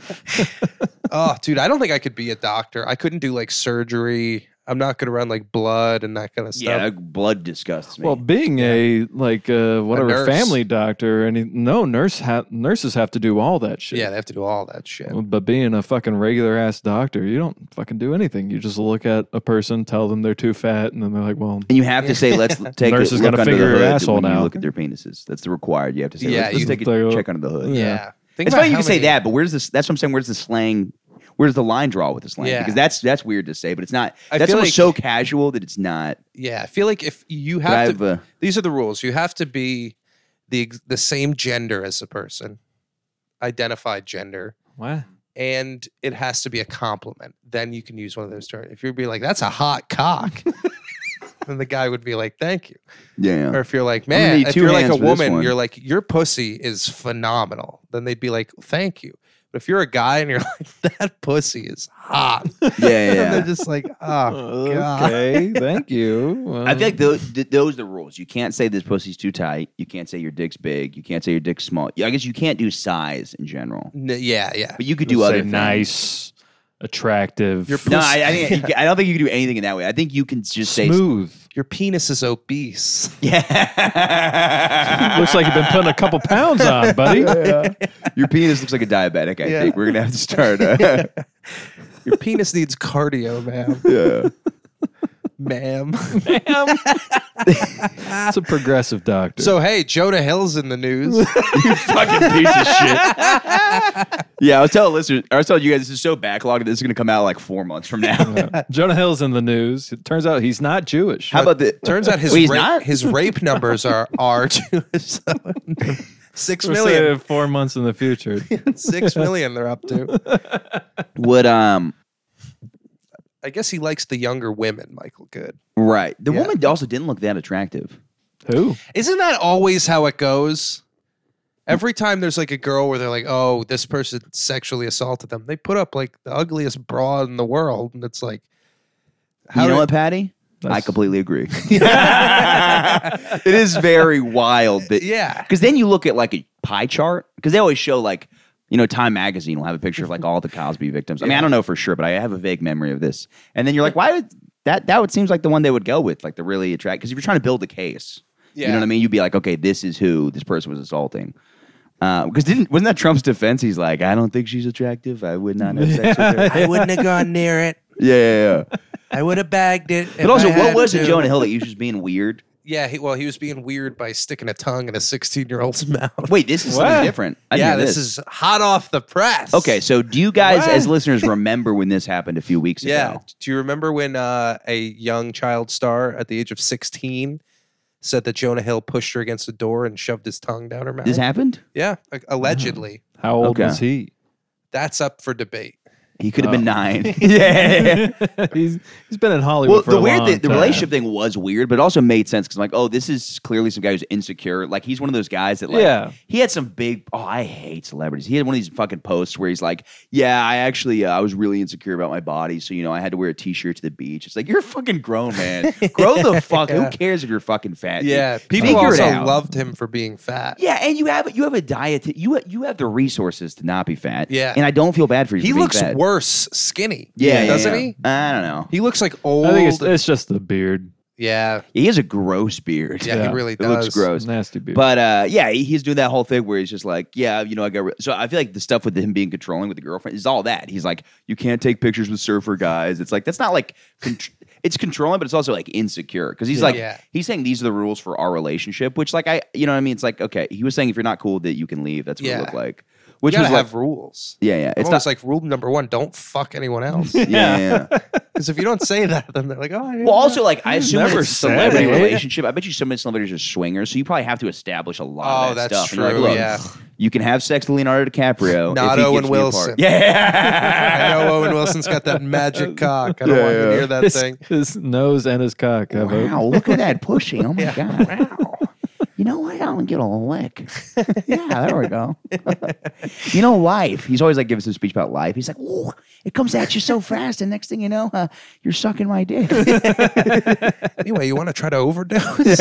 Speaker 2: oh, dude, I don't think I could be a doctor. I couldn't do like surgery. I'm not going to run like blood and that kind of stuff.
Speaker 4: Yeah, that blood disgusts me.
Speaker 5: well, being a like uh, whatever
Speaker 2: nurse.
Speaker 5: family doctor, and he- no nurse ha- nurses have to do all that shit.
Speaker 2: Yeah, they have to do all that shit.
Speaker 5: But being a fucking regular ass doctor, you don't fucking do anything. You just look at a person, tell them they're too fat, and then they're like, "Well,
Speaker 4: and you have to say, let's l- take
Speaker 5: Nurse
Speaker 4: a
Speaker 5: is
Speaker 4: look
Speaker 5: gonna
Speaker 4: under the
Speaker 5: figure your
Speaker 4: hood
Speaker 5: asshole
Speaker 4: when you
Speaker 5: now.
Speaker 4: look at their penises. That's the required. You have to say,
Speaker 2: Yeah,
Speaker 4: let's, let's
Speaker 2: you-
Speaker 4: take
Speaker 5: They
Speaker 4: a
Speaker 5: will-
Speaker 4: check under the hood.
Speaker 2: yeah. Think
Speaker 4: It's
Speaker 2: about
Speaker 4: funny you
Speaker 2: how
Speaker 4: can say
Speaker 2: many-
Speaker 4: that, but where's this? That's what I'm saying. Where's this slang? Where's the line draw with the slang?
Speaker 2: Yeah.
Speaker 4: Because that's that's weird to say, but it's not.
Speaker 2: I
Speaker 4: that's
Speaker 2: feel
Speaker 4: almost so
Speaker 2: like-
Speaker 4: casual that it's not.
Speaker 2: Yeah, I feel like if you
Speaker 4: But I
Speaker 2: have
Speaker 4: have,
Speaker 2: to,
Speaker 4: uh,
Speaker 2: these are the rules. You have to be the ex- the same gender as the person, identified gender,
Speaker 5: what?
Speaker 2: and it has to be a compliment. Then you can use one of those terms. If you'd be like, "That's a hot cock," then the guy would be like, "Thank you."
Speaker 4: yeah.
Speaker 2: Or if you're like,
Speaker 4: gonna
Speaker 2: "Man,"
Speaker 4: need
Speaker 2: if
Speaker 4: two
Speaker 2: you're like a
Speaker 4: hands for this
Speaker 2: woman,
Speaker 4: one."
Speaker 2: you're like, "Your pussy is phenomenal." Then they'd be like, "Thank you." But if you're a guy and you're like, "That pussy is hot,"
Speaker 4: yeah, yeah,
Speaker 2: and
Speaker 4: yeah.
Speaker 2: they're just like, "Oh God."
Speaker 5: Okay, thank you."
Speaker 4: I feel like those, th- those are the rules. You can't say this pussy's too tight. You can't say your dick's big. You can't say your dick's small. Yeah, I guess you can't do size in general,
Speaker 2: N- yeah, yeah.
Speaker 4: but you could do other
Speaker 5: say nice, attractive,
Speaker 2: Your
Speaker 4: things. No, I, I, think you can- I don't think you can do anything in that way. I think you can just say
Speaker 5: smooth.
Speaker 2: Your penis is obese.
Speaker 4: Yeah,
Speaker 5: Looks like you've been putting a couple pounds on, buddy.
Speaker 4: your penis looks like a diabetic. I
Speaker 2: Yeah.
Speaker 4: think we're gonna have to start. Uh,
Speaker 2: Your penis needs cardio,
Speaker 4: yeah.
Speaker 2: ma'am. ma'am.
Speaker 5: It's a progressive doctor.
Speaker 2: So hey, Jonah Hill's in the news.
Speaker 4: fucking piece of shit. Yeah, I was telling listeners, I was telling you guys, this is so backlogged. This is going to come out like four months from now.
Speaker 5: Jonah Hill's in the news. It turns out he's not Jewish.
Speaker 4: How about the?
Speaker 2: Turns out his
Speaker 4: Wait, he's
Speaker 2: rape,
Speaker 4: not?
Speaker 2: his rape numbers are are to six
Speaker 5: We're
Speaker 2: million.
Speaker 5: saying four months in the future?
Speaker 2: Six million they're up to.
Speaker 4: What? Um.
Speaker 2: I guess he likes the younger women, Michael Good.
Speaker 4: Right. The
Speaker 2: Yeah.
Speaker 4: woman also didn't look that attractive.
Speaker 5: Who?
Speaker 2: Isn't that always how it goes? Every time there's like a girl where they're like, oh, this person sexually assaulted them, they put up like the ugliest broad in the world. And it's like, how
Speaker 4: you know
Speaker 2: did-
Speaker 4: what, Patty? I
Speaker 5: That's-
Speaker 4: completely agree. it is very wild that
Speaker 2: yeah.
Speaker 4: because then you look at like a pie chart because they always show like you know Time Magazine will have a picture of like all the Cosby victims. I mean I don't know for sure, but I have a vague memory of this. And then you're like, why did that? That would seems like the one they would go with, like the really attract. Because if you're trying to build a case, You know what I mean? You'd be like, okay, this is who this person was assaulting. Because didn't wasn't that Trump's defense? He's like, I don't think she's attractive. I would not have sex with her.
Speaker 2: I wouldn't have gone near it.
Speaker 4: Yeah, yeah, yeah.
Speaker 2: I would have bagged it.
Speaker 4: But also, what was it, Jonah Hill? That he was just being weird.
Speaker 2: Yeah, he, well, he was being weird by sticking a tongue in a 16 year old's mouth.
Speaker 4: Wait, this is
Speaker 5: What?
Speaker 4: something different. I
Speaker 2: yeah,
Speaker 4: knew
Speaker 2: this. is hot off the press.
Speaker 4: okay. So, do you guys,
Speaker 5: What?
Speaker 4: as listeners, remember when this happened a few weeks
Speaker 2: Yeah.
Speaker 4: ago?
Speaker 2: Do you remember when uh, a young child star at the age of 16 said that Jonah Hill pushed her against a door and shoved his tongue down her mouth?
Speaker 4: This happened.
Speaker 2: yeah, like, allegedly.
Speaker 5: How old
Speaker 4: Okay.
Speaker 5: was he?
Speaker 2: That's up for debate.
Speaker 4: He could have been
Speaker 2: Uh,
Speaker 5: Oh.
Speaker 4: nine. yeah.
Speaker 5: he's he's been in Hollywood
Speaker 4: Well,
Speaker 5: for
Speaker 4: the
Speaker 5: a
Speaker 4: weird
Speaker 5: long
Speaker 4: thing, the
Speaker 5: time.
Speaker 4: relationship thing was weird, but it also made sense because, like, oh, this is clearly some guy who's insecure. Like, he's one of those guys that, like,
Speaker 5: Yeah.
Speaker 4: he had some big. Oh, I hate celebrities. He had one of these fucking posts where he's like, "Yeah, I actually, uh, I was really insecure about my body, so you know, I had to wear a t-shirt to the beach." It's like you're a fucking grown man. Grow the fuck.
Speaker 2: Yeah.
Speaker 4: Who cares if you're fucking fat? dude?
Speaker 2: Yeah. People
Speaker 4: Figure it
Speaker 2: also
Speaker 4: out.
Speaker 2: loved him for being fat.
Speaker 4: Yeah, and you have you have a diet. You you have the resources to not be fat.
Speaker 2: Yeah.
Speaker 4: and I don't feel bad for you.
Speaker 2: He
Speaker 4: for being
Speaker 2: looks
Speaker 4: fat.
Speaker 2: worse skinny.
Speaker 4: Yeah, yeah,
Speaker 2: doesn't
Speaker 4: yeah.
Speaker 2: he?
Speaker 4: I don't know.
Speaker 2: He looks like old.
Speaker 5: I think it's,
Speaker 2: and-
Speaker 5: it's just the beard,
Speaker 2: yeah,
Speaker 4: He has a gross beard.
Speaker 2: yeah,
Speaker 5: Yeah.
Speaker 2: he really
Speaker 4: it
Speaker 2: does.
Speaker 4: looks gross.
Speaker 5: nasty beard.
Speaker 4: But uh, yeah, he- he's doing that whole thing where he's just like, yeah, you know, I got. Re-. So I feel like the stuff with him being controlling with the girlfriend is all that. He's like, you can't take pictures with surfer guys. It's like that's not like. Contr- it's controlling, but it's also like insecure because he's like
Speaker 2: Yeah.
Speaker 4: he's saying these are the rules for our relationship, which like I you know what I mean. It's like okay, he was saying if you're not cool that you can leave. That's what
Speaker 2: Yeah.
Speaker 4: it looked like,
Speaker 2: You
Speaker 4: which
Speaker 2: gotta
Speaker 4: was like
Speaker 2: have rules.
Speaker 4: yeah yeah.
Speaker 2: It's
Speaker 4: It's not
Speaker 2: like rule number one: don't fuck anyone else.
Speaker 4: yeah, yeah, yeah.
Speaker 2: Because if you don't say that, then they're like, oh, yeah.
Speaker 4: Well, also, like I assume
Speaker 5: never
Speaker 4: never it's a
Speaker 5: said
Speaker 4: celebrity
Speaker 5: it.
Speaker 4: relationship. I bet you so many celebrities are swingers, so you probably have to establish a lot
Speaker 2: Oh,
Speaker 4: of that
Speaker 2: that's
Speaker 4: stuff. And you're
Speaker 2: true,
Speaker 4: Like, Look,
Speaker 2: yeah.
Speaker 4: you can have sex with Leonardo DiCaprio,
Speaker 2: Not
Speaker 4: if he
Speaker 2: Owen
Speaker 4: gives me a part."
Speaker 2: Wilson. I
Speaker 4: Yeah,
Speaker 2: know Owen Wilson's got that magic cock. I don't
Speaker 4: Yeah,
Speaker 2: want to
Speaker 4: yeah.
Speaker 2: hear that
Speaker 5: his,
Speaker 2: thing.
Speaker 5: his nose and his cock. I vote.
Speaker 4: wow, look at that pushing! Oh my god, wow. You know what? I'm gonna get a lick. Yeah, there we go. you know, life. He's always like giving some speech about life. He's like, "Whoa, it comes at you so fast, and next thing you know, uh, you're sucking my dick."
Speaker 2: Anyway, you want to try to overdose?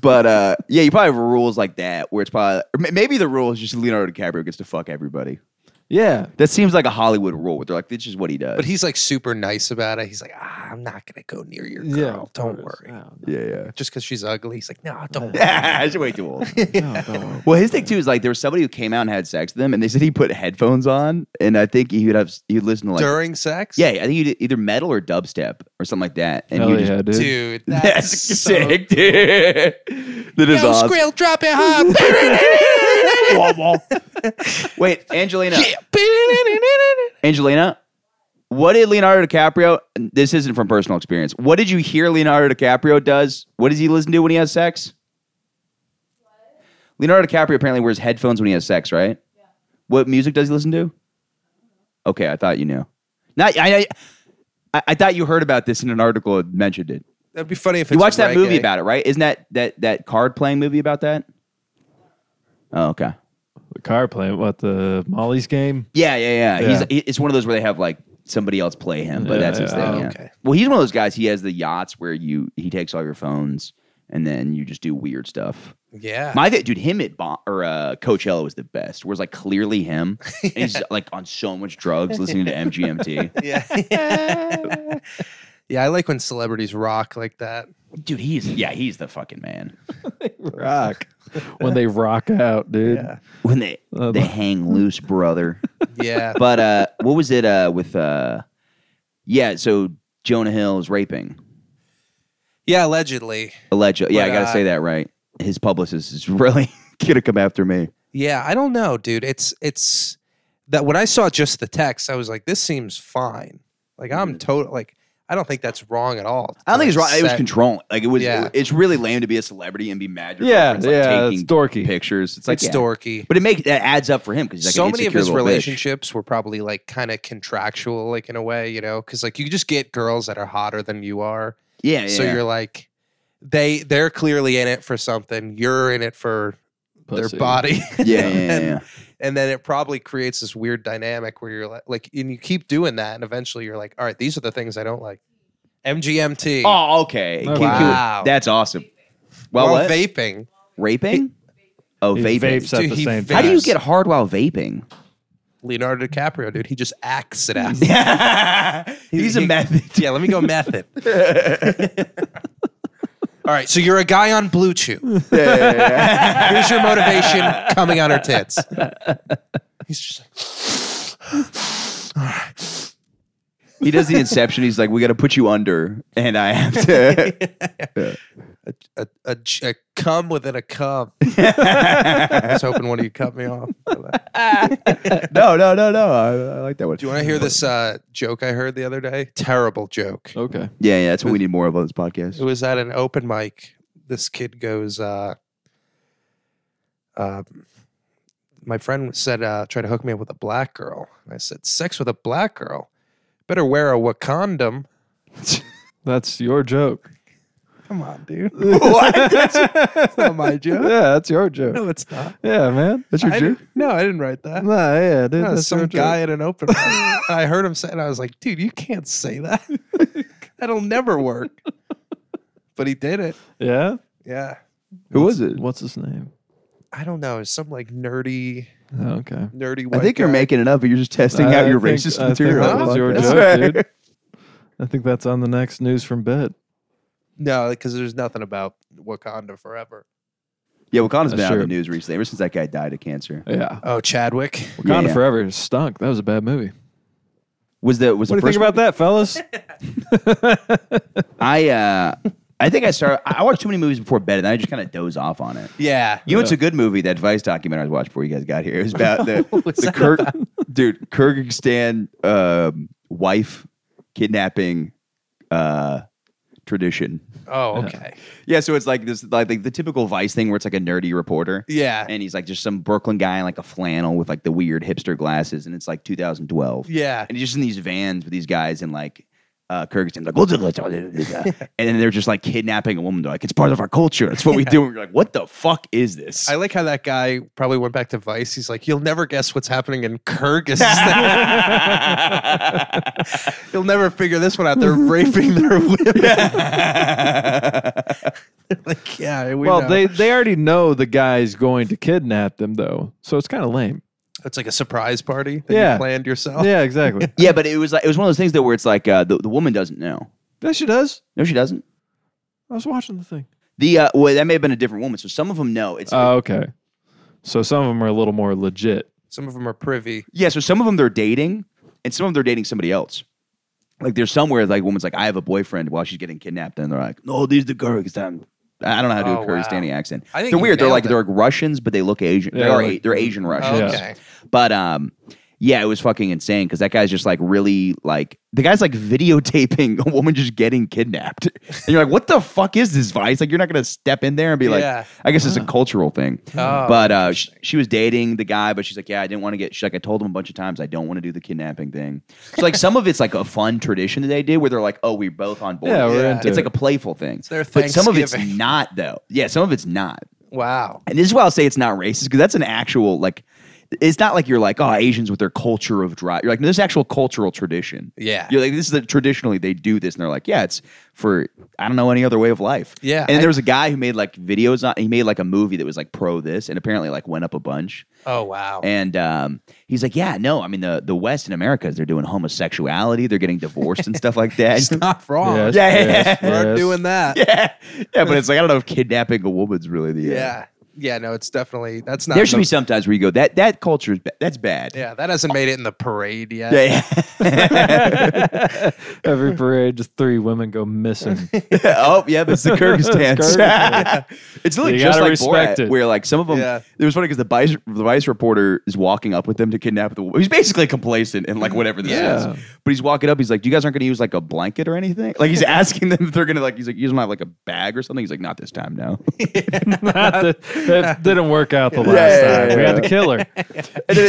Speaker 4: But uh, yeah, you probably have rules like that where it's probably or ma- maybe the rule is just Leonardo DiCaprio gets to fuck everybody.
Speaker 5: Yeah,
Speaker 4: That seems like a Hollywood rule where they're like, this is what he does.
Speaker 2: But he's like super nice about it. He's like, ah, I'm not gonna go near your girl.
Speaker 5: yeah. of
Speaker 2: don't
Speaker 5: course.
Speaker 2: worry.
Speaker 5: No,
Speaker 4: yeah, yeah.
Speaker 2: Just because she's ugly, he's like, no, don't. worry."
Speaker 4: Yeah, it's way too old.
Speaker 5: no, don't worry.
Speaker 4: well, his thing too is like there was somebody who came out and had sex with him, and they said he put headphones on, and I think he would have he'd listen to like
Speaker 2: During sex,
Speaker 4: yeah, I think you either metal or dubstep or something like that, and
Speaker 5: Hell
Speaker 4: you
Speaker 5: yeah,
Speaker 4: just
Speaker 2: dude,
Speaker 5: dude.
Speaker 2: that's,
Speaker 4: that's
Speaker 2: so-
Speaker 4: sick, dude. that is
Speaker 2: Yo,
Speaker 4: awesome.
Speaker 2: Skrill, drop it hard.
Speaker 4: Wait, Angelina. Angelina, what did Leonardo DiCaprio? This isn't from personal experience. What did you hear Leonardo DiCaprio does? What does he listen to when he has sex? Leonardo DiCaprio apparently wears headphones when he has sex, right? What music does he listen to? Okay, I thought you knew. Not I. I, I thought you heard about this in an article that mentioned it.
Speaker 2: That'd be funny if
Speaker 4: You
Speaker 2: it's
Speaker 4: watched that movie
Speaker 2: reggae.
Speaker 4: about it, right? Isn't that that that card playing movie about that? Oh, okay.
Speaker 5: The car playing what the Molly's game?
Speaker 4: Yeah, yeah, yeah.
Speaker 5: Yeah.
Speaker 4: He's he, it's one of those where they have like somebody else play him, but
Speaker 5: Yeah,
Speaker 4: that's his
Speaker 5: yeah.
Speaker 4: thing.
Speaker 2: Oh,
Speaker 4: yeah.
Speaker 2: okay.
Speaker 4: Well, he's one of those guys. He has the yachts where you he takes all your phones and then you just do weird stuff.
Speaker 2: Yeah,
Speaker 4: My th- dude, him at Bo- or uh, Coachella was the best. Whereas like clearly him, and he's like on so much drugs, listening to MGMT.
Speaker 2: yeah. yeah, I like when celebrities rock like that.
Speaker 4: Dude, he's yeah, he's the fucking man.
Speaker 5: Rock when they rock out, dude.
Speaker 4: When they
Speaker 5: Uh,
Speaker 4: they hang loose, brother.
Speaker 2: Yeah,
Speaker 4: But uh, what was it uh, with uh, yeah? So Jonah Hill is raping.
Speaker 2: yeah, allegedly.
Speaker 4: Allegedly. Yeah,
Speaker 2: But,
Speaker 4: I got to
Speaker 2: uh,
Speaker 4: say that right. His publicist is really going to come after me.
Speaker 2: Yeah, I don't know, dude. It's it's that when I saw just the text, I was like, this seems fine. Like I'm total like I don't think that's wrong at all.
Speaker 4: Mm-hmm. I don't think it's
Speaker 2: Like,
Speaker 4: right. It was
Speaker 2: set-
Speaker 4: controlling. Like it was.
Speaker 2: Yeah.
Speaker 4: It's really lame to be a celebrity and be mad. your
Speaker 5: Yeah,
Speaker 4: girlfriend's, like,
Speaker 5: yeah,
Speaker 4: taking
Speaker 5: it's dorky.
Speaker 4: pictures. It's like
Speaker 2: it's
Speaker 4: yeah.
Speaker 2: dorky.
Speaker 4: But it makes that adds up for him because like
Speaker 2: so
Speaker 4: an
Speaker 2: many of
Speaker 4: insecure
Speaker 2: his
Speaker 4: little bitch.
Speaker 2: relationships were probably like kind of contractual, like in a way, you know, because like you just get girls that are hotter than you are.
Speaker 4: Yeah, yeah.
Speaker 2: So you're like, they they're clearly in it for something. You're in it for
Speaker 5: Pussy.
Speaker 2: their body.
Speaker 4: yeah, yeah, yeah,
Speaker 2: And-
Speaker 4: yeah.
Speaker 2: and then it probably creates this weird dynamic where you're like, like, and you keep doing that, and eventually you're like, all right, these are the things I don't like. MGMT while
Speaker 4: Oh, okay.
Speaker 5: Oh,
Speaker 4: Can- can-
Speaker 2: wow.
Speaker 4: that's awesome. Well, what?
Speaker 2: vaping.
Speaker 4: raping. Oh,
Speaker 5: He
Speaker 4: vaping.
Speaker 5: vapes at
Speaker 2: Dude,
Speaker 5: the
Speaker 2: he
Speaker 5: same
Speaker 2: vapes.
Speaker 4: How do you
Speaker 2: Yes.
Speaker 5: time.
Speaker 4: get hard while vaping?
Speaker 2: Leonardo DiCaprio, dude, he just acts it out.
Speaker 4: He's a
Speaker 2: he-
Speaker 4: method.
Speaker 2: yeah, let me go method. All right, so you're a guy on Blue Chew. Here's your motivation coming on her tits. He's just like,
Speaker 4: He does the inception. He's like, we got to put you under, and I have to.
Speaker 2: a, a, j- a cum within a cum. I was hoping one of you cut me off. Do
Speaker 4: no, no, no, no. I, I like that one.
Speaker 2: you want to hear this uh, joke I heard the other day? Terrible joke.
Speaker 5: Okay.
Speaker 4: Yeah, yeah. That's what we need more of on this podcast.
Speaker 2: It was at an open mic. This kid goes, uh, uh, my friend said, uh, try to hook me up with a black girl. And I said, sex with a black girl? Better wear a Wakandam.
Speaker 5: That's your joke.
Speaker 2: Come on, dude.
Speaker 5: That's not my joke. Yeah, that's your joke.
Speaker 2: No, it's not.
Speaker 5: Yeah, man. That's
Speaker 2: I didn't- no, I didn't write that.
Speaker 5: Nah, yeah, dude.
Speaker 2: No,
Speaker 5: that's
Speaker 2: some
Speaker 5: your joke.
Speaker 2: guy at an open mic. And I heard him say, and I was like, dude, you can't say that. That'll never work. But he did it.
Speaker 5: Yeah.
Speaker 2: Yeah.
Speaker 4: Who was it?
Speaker 5: What's his name?
Speaker 2: I don't know. It's some like nerdy,
Speaker 5: Oh, okay.
Speaker 2: nerdy
Speaker 4: I
Speaker 2: white
Speaker 4: think you're
Speaker 2: guy.
Speaker 4: making it up, but you're just testing out
Speaker 5: I
Speaker 4: your
Speaker 5: think-
Speaker 4: racist
Speaker 5: I think
Speaker 4: material.
Speaker 5: that was your
Speaker 4: That's
Speaker 5: joke,
Speaker 4: right.
Speaker 5: dude. I think that's on the next news from bed.
Speaker 2: No, because there's nothing about Wakanda forever.
Speaker 4: Yeah, Wakanda's been out of
Speaker 5: Sure.
Speaker 4: the news recently, ever since that guy died of cancer.
Speaker 5: Yeah.
Speaker 2: Oh, Chadwick.
Speaker 5: Wakanda
Speaker 4: yeah.
Speaker 5: Forever stunk. That was a bad movie.
Speaker 4: Was the was
Speaker 5: What do
Speaker 4: the
Speaker 5: you think
Speaker 4: first
Speaker 5: about that, fellas?
Speaker 4: I uh I think I started I watched too many movies before bed and I just kind of doze off on it.
Speaker 2: Yeah.
Speaker 4: You know, it's a good movie. That Vice documentary I was watching before you guys got here. It was about the, the Kirk, dude, Kyrgyzstan um, wife kidnapping uh, tradition.
Speaker 2: Oh, okay.
Speaker 4: Yeah, so it's like this, like, like the typical Vice thing where it's like a nerdy reporter.
Speaker 2: Yeah.
Speaker 4: and he's like just some Brooklyn guy in like a flannel with like the weird hipster glasses, and it's like 2012.
Speaker 2: Yeah.
Speaker 4: and he's just in these vans with these guys in like uh, Kyrgyzstan, like, "Look, look, look, look, look, look." and then they're just like kidnapping a woman. They're like, it's part of our culture. It's what we do. And you're like, what the fuck is this?
Speaker 2: I like how that guy probably went back to Vice. He's like, you'll never guess what's happening in Kyrgyzstan. you'll never figure this one out. They're raping their women. like, yeah, we
Speaker 5: well,
Speaker 2: know.
Speaker 5: they they already know the guy's going to kidnap them though, so it's kind of lame.
Speaker 2: It's like a surprise party that you
Speaker 5: Yeah.
Speaker 2: planned
Speaker 4: Oh.
Speaker 2: yourself.
Speaker 5: Yeah, exactly.
Speaker 4: yeah, but it was like it was one of those things that where it's like uh, the, the woman doesn't know.
Speaker 5: yeah, she does.
Speaker 4: No, she doesn't.
Speaker 5: I was watching the thing.
Speaker 4: The uh, well, that may have been a different woman. So some of them know. It's
Speaker 5: Oh, okay. So some of them are a little more legit.
Speaker 2: Some of them are privy.
Speaker 4: Yeah, so some of them they're dating, and some of them they're dating somebody else. Like there's somewhere like a woman's like, I have a boyfriend while she's getting kidnapped, and they're like, No, these the Kyrgyzstan. I don't know how to do
Speaker 2: Oh,
Speaker 4: a
Speaker 2: wow.
Speaker 4: Kyrgyzstani accent.
Speaker 2: I think
Speaker 4: they're
Speaker 2: you
Speaker 4: weird. They're
Speaker 2: nailed
Speaker 4: like
Speaker 2: it.
Speaker 4: they're like Russians, but they look Asian. they
Speaker 5: Yeah,
Speaker 4: are
Speaker 5: like-
Speaker 4: they're Asian Russians.
Speaker 5: Yeah.
Speaker 2: Okay.
Speaker 4: But um, yeah, it was fucking insane because that guy's just like really like the guy's like videotaping a woman just getting kidnapped, and you're like, what the fuck is this Vice? Like, you're not gonna step in there and be
Speaker 2: Yeah.
Speaker 4: like, I guess it's a cultural thing.
Speaker 2: Oh,
Speaker 4: but uh, she, she was dating the guy, but she's like, yeah, I didn't want to get. She's like, I told him a bunch of times I don't want to do the kidnapping thing. So like, some of it's like a fun tradition that they do where they're like, oh, we're both on board.
Speaker 5: Yeah, we're
Speaker 2: Yeah.
Speaker 5: into
Speaker 4: it's
Speaker 5: it.
Speaker 4: like a playful thing.
Speaker 2: their
Speaker 4: But some of it's
Speaker 2: Thanksgiving.
Speaker 4: not though. Yeah, some of it's not.
Speaker 2: Wow.
Speaker 4: And this is why I'll say it's not racist because that's an actual like. It's not like you're like oh Asians with their culture of drive. You're like no, this is actual cultural tradition.
Speaker 2: Yeah.
Speaker 4: You're like this is the, traditionally they do this and they're like yeah it's for I don't know any other way of life.
Speaker 2: Yeah,
Speaker 4: And
Speaker 2: I-
Speaker 4: there was a guy who made like videos on he made like a movie that was like pro this and apparently like went up a bunch.
Speaker 2: Oh, wow.
Speaker 4: And um, he's like yeah no I mean the the West in America they're doing homosexuality they're getting divorced and stuff like that.
Speaker 2: it's not wrong.
Speaker 5: Yes,
Speaker 4: Yeah.
Speaker 5: yes,
Speaker 2: We're
Speaker 5: yes.
Speaker 2: doing that.
Speaker 4: yeah yeah but it's like I don't know if kidnapping a woman's really the uh,
Speaker 2: Yeah. Yeah, no, it's definitely that's not
Speaker 4: There should
Speaker 2: the-
Speaker 4: be some times where you go that that culture is ba- that's bad.
Speaker 2: Yeah, that hasn't made it in the parade yet.
Speaker 4: Yeah,
Speaker 5: Every parade, just three women go missing.
Speaker 4: yeah. oh, yeah, that's the Kyrgyzstan.
Speaker 5: Kyrgyzstan.
Speaker 4: it's literally
Speaker 5: You
Speaker 4: just
Speaker 5: gotta
Speaker 4: like
Speaker 5: respect
Speaker 4: Borat,
Speaker 5: it.
Speaker 4: where like some of them.
Speaker 2: Yeah.
Speaker 4: It was funny because the vice, the vice reporter is walking up with them to kidnap the. He's basically complacent and like whatever this
Speaker 5: Yeah.
Speaker 4: is. But he's walking up. He's like, "You guys aren't going to use like a blanket or anything." Like he's asking them if they're going to like. He's like, "You guys might have like a bag or something." He's like, "Not this time, no."
Speaker 5: Not that, that didn't work out the last
Speaker 4: yeah,
Speaker 5: time.
Speaker 4: yeah,
Speaker 5: we had
Speaker 4: yeah.
Speaker 5: to kill her.
Speaker 4: And then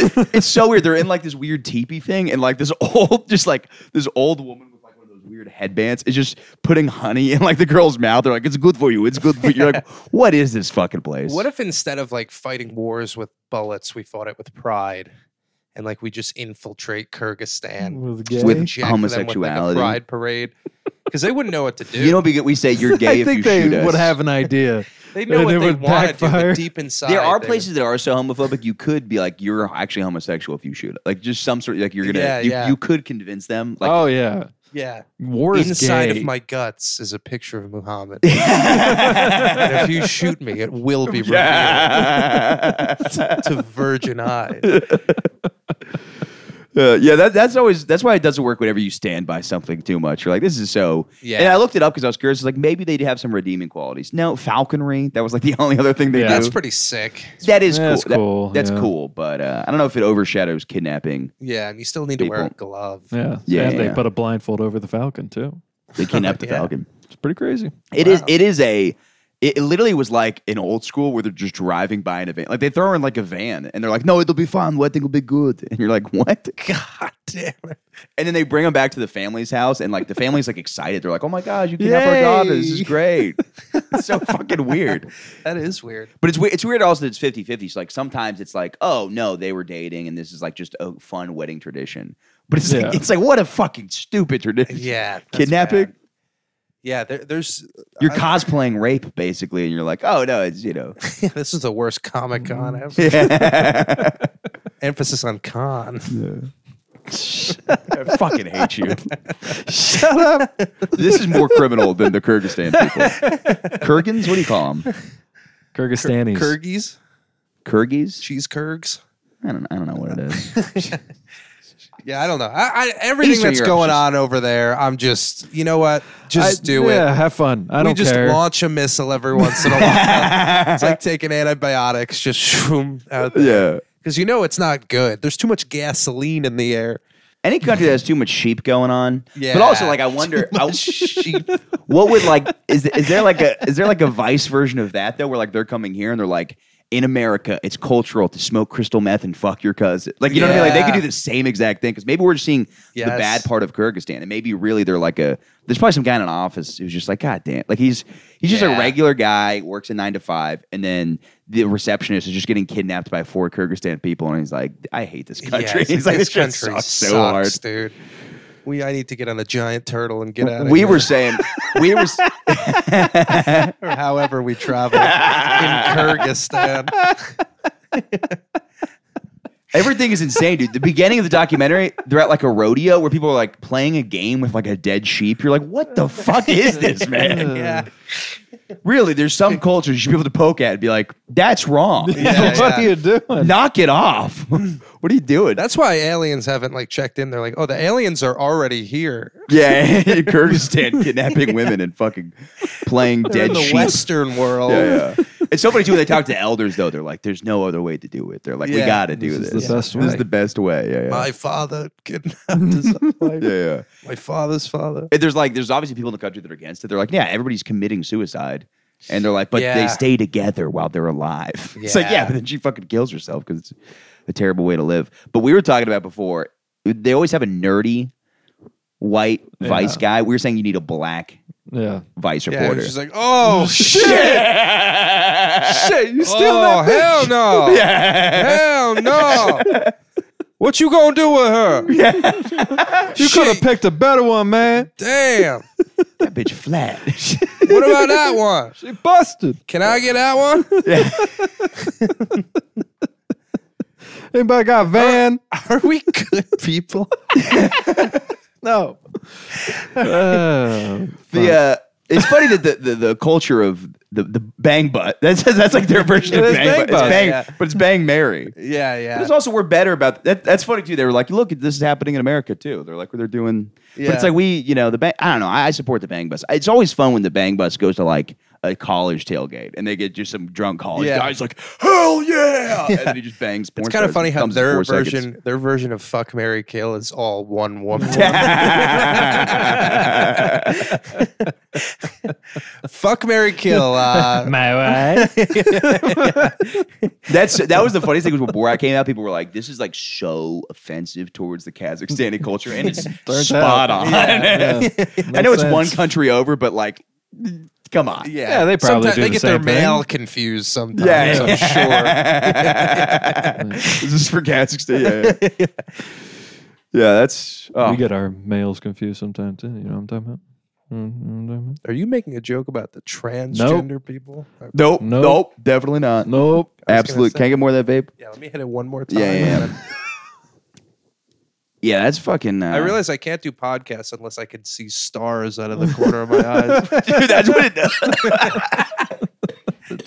Speaker 4: it- it's so weird. They're in like this weird teepee thing, and like this old, just like this old woman with like one of those weird headbands is just putting honey in like the girl's mouth. They're like, "It's good for you. It's good for you." You're like, "What is this fucking place?"
Speaker 2: What if instead of like fighting wars with bullets, we fought it with pride, and like we just infiltrate Kyrgyzstan
Speaker 5: With
Speaker 2: just
Speaker 5: gay?
Speaker 2: inject them with, like, a
Speaker 4: homosexuality.
Speaker 2: pride parade, because they wouldn't know what to do.
Speaker 4: you know, because we say you're gay
Speaker 5: I
Speaker 4: if
Speaker 5: think
Speaker 4: you
Speaker 5: they
Speaker 4: shoot us.
Speaker 5: would have an idea.
Speaker 2: they know
Speaker 5: and
Speaker 2: what
Speaker 5: it
Speaker 2: they
Speaker 5: would
Speaker 2: want to do,
Speaker 5: backfire.
Speaker 2: but deep inside,
Speaker 4: there are
Speaker 2: they would-
Speaker 4: places that are so homophobic you could be like you're actually homosexual if you shoot like just some sort like you're gonna
Speaker 2: Yeah,
Speaker 4: you,
Speaker 2: yeah.
Speaker 4: you could convince them like
Speaker 5: oh yeah,
Speaker 2: Yeah.
Speaker 5: War is
Speaker 2: Inside
Speaker 5: gay.
Speaker 2: of my guts is a picture of Muhammad. and if you shoot me, it will be revealed to virgin eyes.
Speaker 4: Uh, yeah, that, that's always that's why it doesn't work whenever you stand by something too much. You're like, this is so.
Speaker 2: Yeah.
Speaker 4: And I looked it up because I was curious. Like maybe they do have some redeeming qualities. No, falconry. That was like the only other thing they
Speaker 5: Yeah.
Speaker 4: do.
Speaker 2: That's pretty sick.
Speaker 4: that is
Speaker 5: Yeah,
Speaker 4: cool.
Speaker 5: that's
Speaker 4: That-
Speaker 5: cool,
Speaker 4: that's
Speaker 5: yeah.
Speaker 4: cool. But uh, I don't know if it overshadows kidnapping.
Speaker 2: Yeah, and you still need to wear a
Speaker 4: People.
Speaker 2: glove.
Speaker 5: Yeah.
Speaker 4: Yeah,
Speaker 5: And
Speaker 4: yeah.
Speaker 5: they put a blindfold over the falcon too.
Speaker 4: They kidnap the
Speaker 2: Yeah.
Speaker 4: falcon.
Speaker 5: It's pretty crazy.
Speaker 4: It is. It is a. It it literally was like an old school where they're just driving by in a van. Like they throw in like a van and they're like, "No, it'll be fine. Wedding will be good." And you're like, "What?"
Speaker 2: God damn it.
Speaker 4: And then they bring him back to the family's house and like the family's like excited. They're like, "Oh my god, you can have our daughter. This is
Speaker 2: Yay.
Speaker 4: great." it's so fucking weird.
Speaker 2: That is weird.
Speaker 4: But it's weird. It's weird also that it's 50-50. So like sometimes it's like, "Oh no, they were dating and this is like just a fun wedding tradition." But it's like,
Speaker 5: Yeah.
Speaker 4: it's like what a fucking stupid tradition.
Speaker 2: Yeah. that's
Speaker 4: Kidnapping.
Speaker 2: bad. Yeah, there, there's.
Speaker 4: You're cosplaying rape basically and you're like, "Oh no, it's, you know."
Speaker 2: this is the worst Comic Con ever.
Speaker 4: Yeah.
Speaker 2: Emphasis on con.
Speaker 4: I fucking hate you. Shut up. This is more criminal than the Kyrgyzstan people. Kyrgyz? What do you call them?
Speaker 5: Kyrgyzstanis.
Speaker 2: Kurgis?
Speaker 4: Kyrgyz?
Speaker 2: Cheese Kurgs?
Speaker 4: I don't, I don't know what it is.
Speaker 2: Yeah, I don't know. I, I, everything
Speaker 4: Eastern
Speaker 2: that's
Speaker 4: Europe's
Speaker 2: going
Speaker 4: just-
Speaker 2: on over there, I'm just, you know what? Just
Speaker 5: I-
Speaker 2: do it.
Speaker 5: Yeah, have fun. I
Speaker 2: we
Speaker 5: don't
Speaker 2: just
Speaker 5: care.
Speaker 2: launch a missile every once in a while. it's like taking antibiotics, just shroom out there.
Speaker 4: yeah.
Speaker 2: Because you know it's not good. There's too much gasoline in the air.
Speaker 4: Any country that has too much sheep going on.
Speaker 2: Yeah.
Speaker 4: But also, like, I wonder, I,
Speaker 2: sheep.
Speaker 4: what would like is is there like a is there like a vice version of that though, where like they're coming here and they're like. In America, it's cultural to smoke crystal meth and fuck your cousin. Like, you know what I mean? Like, they could
Speaker 2: Yeah.
Speaker 4: do the same exact thing because maybe we're just seeing the
Speaker 2: Yes.
Speaker 4: bad part of Kyrgyzstan, and maybe really they're like a. There's probably some guy in an office who's just like, God damn, like he's he's just a
Speaker 2: Yeah.
Speaker 4: regular guy, works a nine to five, and then the receptionist is just getting kidnapped by four Kyrgyzstan people, and he's like, I hate this country.
Speaker 2: it's
Speaker 4: he's like, this country sucks, so hard.
Speaker 2: dude. We, I need to get on a giant turtle and get out of
Speaker 4: we
Speaker 2: here.
Speaker 4: were saying we were s-
Speaker 2: or however we travel in Kyrgyzstan.
Speaker 4: everything is insane dude the beginning of the documentary they're at like a rodeo where people are like playing a game with like a dead sheep you're like what the fuck is this man
Speaker 2: Yeah.
Speaker 4: really there's some cultures you should be able to poke at and be like that's wrong
Speaker 2: Yeah,
Speaker 5: what
Speaker 2: yeah.
Speaker 5: are you doing?
Speaker 4: knock it off what are you doing
Speaker 2: That's why aliens haven't like checked in. They're like, oh, the aliens are already here.
Speaker 4: yeah kyrgyzstan kidnapping women and fucking playing
Speaker 2: They're in
Speaker 4: dead
Speaker 2: the
Speaker 4: sheep
Speaker 2: Western world.
Speaker 4: yeah, yeah. It's so funny too when they talk to elders though. They're like, "There's no other way to do it." They're like, "We
Speaker 2: Yeah.
Speaker 4: got to do
Speaker 5: This
Speaker 4: this.
Speaker 5: is the best
Speaker 4: This is
Speaker 5: way.
Speaker 4: the best way." Yeah, yeah,
Speaker 2: My father kidnapped his wife.
Speaker 4: yeah, yeah.
Speaker 2: My father's father.
Speaker 4: And there's like there's obviously people in the country that are against it. They're like, yeah, everybody's committing suicide, and they're like, but they
Speaker 2: Yeah.
Speaker 4: stay together while they're alive. It's like, yeah,
Speaker 2: Yeah.
Speaker 4: but then she fucking kills herself because it's a terrible way to live. But we were talking about before. They always have a nerdy white vice guy. We were saying you need a black
Speaker 5: Yeah.
Speaker 4: vice
Speaker 2: Yeah,
Speaker 4: reporter.
Speaker 2: she's like, oh shit,
Speaker 4: Shit, you
Speaker 2: oh hell no, hell no. What you gonna do with her?
Speaker 5: You could have picked a better one, man.
Speaker 2: Damn.
Speaker 4: that bitch flat.
Speaker 2: What about that one?
Speaker 5: She busted.
Speaker 2: Can I get that one?
Speaker 5: Anybody got a van?
Speaker 2: Are we good people?
Speaker 5: No. Uh,
Speaker 4: the uh, it's funny that the, the, the culture of the, the bang butt that's that's like their version
Speaker 5: It
Speaker 4: of
Speaker 5: is
Speaker 4: bang,
Speaker 5: bang
Speaker 4: butt. It's
Speaker 5: butt,
Speaker 4: bang,
Speaker 2: yeah.
Speaker 4: but it's bang Mary.
Speaker 2: Yeah,
Speaker 4: But
Speaker 2: yeah.
Speaker 4: it's also we're better about that. That's funny too. They were like, look, this is happening in America too. They're like, they're doing. But
Speaker 2: Yeah.
Speaker 4: it's like we, you know, the bang. I don't know. I, I support the bang bus. It's always fun when the bang bus goes to like a college tailgate and they get just some drunk college
Speaker 2: Yeah.
Speaker 4: guys like,
Speaker 5: oh,
Speaker 4: hell yeah, and then he just bangs.
Speaker 2: It's
Speaker 4: porn
Speaker 2: kind
Speaker 4: stars
Speaker 2: of funny
Speaker 4: and
Speaker 2: how
Speaker 4: comes in
Speaker 2: their
Speaker 4: four seconds.
Speaker 2: version, their version of "fuck, Mary kill" is all one woman. fuck, Mary kill. Uh,
Speaker 5: my wife.
Speaker 4: That's that was the funniest thing was when Borat came out. People were like, "This is like so offensive towards the Kazakhstani culture," and it's spot on. I know it's one
Speaker 5: sense.
Speaker 4: country over, but like, come on,
Speaker 5: Yeah, they probably
Speaker 2: Sometimes
Speaker 5: do
Speaker 2: they
Speaker 5: the
Speaker 2: get
Speaker 5: same
Speaker 2: their
Speaker 5: thing.
Speaker 2: mail confused sometimes.
Speaker 4: Yeah,
Speaker 2: I'm
Speaker 4: yeah.
Speaker 2: sure.
Speaker 4: this is for Kazakhstan. Yeah, yeah. Yeah, that's oh.
Speaker 5: We get our males confused sometimes. Too. You know what I'm talking about? Mm, you know what I'm talking
Speaker 2: Are you making a joke about the transgender people? Uh,
Speaker 4: nope,
Speaker 5: Nope.
Speaker 4: nope, definitely not.
Speaker 5: about? Nope.
Speaker 4: Absolute,
Speaker 2: say-
Speaker 4: can't get more of that vape.
Speaker 2: Yeah, let me hit it one more time.
Speaker 4: Yeah, yeah, yeah. Yeah, that's fucking. Uh,
Speaker 2: I realize I can't do podcasts unless I can see stars out of the corner of my eyes.
Speaker 4: dude, that's what it does.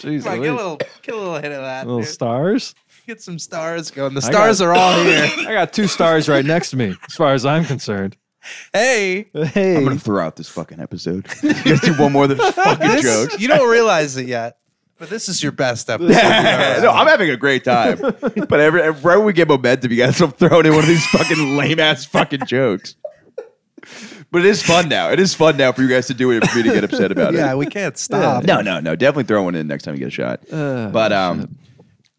Speaker 5: Jeez,
Speaker 2: Come on,
Speaker 5: Louise.
Speaker 2: get a little, get a little hit of that.
Speaker 5: little
Speaker 2: dude.
Speaker 5: stars.
Speaker 2: Get some stars going. The
Speaker 5: I got-
Speaker 2: stars are all here.
Speaker 5: I got two stars right next to me, as far as I'm concerned.
Speaker 2: hey,
Speaker 5: Hey,
Speaker 4: I'm gonna throw out this fucking episode. Let's do one more of those fucking
Speaker 2: this-
Speaker 4: jokes.
Speaker 2: you don't realize it yet, but this is your best episode.
Speaker 4: no, I'm having a great time. But every, every right when we get momentum, you guys will throw in one of these fucking lame ass fucking jokes. But it is fun now. It is fun now for you guys to do it and for me to get upset about
Speaker 2: yeah,
Speaker 4: it.
Speaker 2: we can't stop.
Speaker 4: No, no, no. Definitely throw one in next time you get a shot.
Speaker 2: Uh,
Speaker 4: but um,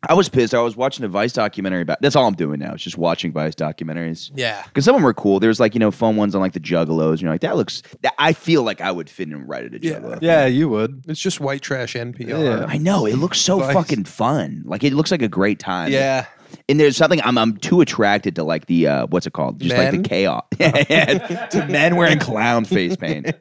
Speaker 4: I was pissed. I was watching a Vice documentary about. That's all I'm doing now. It's just watching Vice documentaries.
Speaker 2: Yeah.
Speaker 4: Because some of them were cool. There's like you know fun ones on like the Juggalos. And you're like that looks. That, I feel like I would fit in right at a
Speaker 2: Yeah.
Speaker 4: Juggalo.
Speaker 5: yeah, you would.
Speaker 2: It's just white trash NPR.
Speaker 4: I know it looks so
Speaker 2: Vice.
Speaker 4: fucking fun. Like it looks like a great time.
Speaker 2: Yeah.
Speaker 4: and there's something I'm I'm too attracted to like the uh, what's it called? Just like
Speaker 2: Men?
Speaker 4: the chaos. Yeah, to men wearing clown face paint.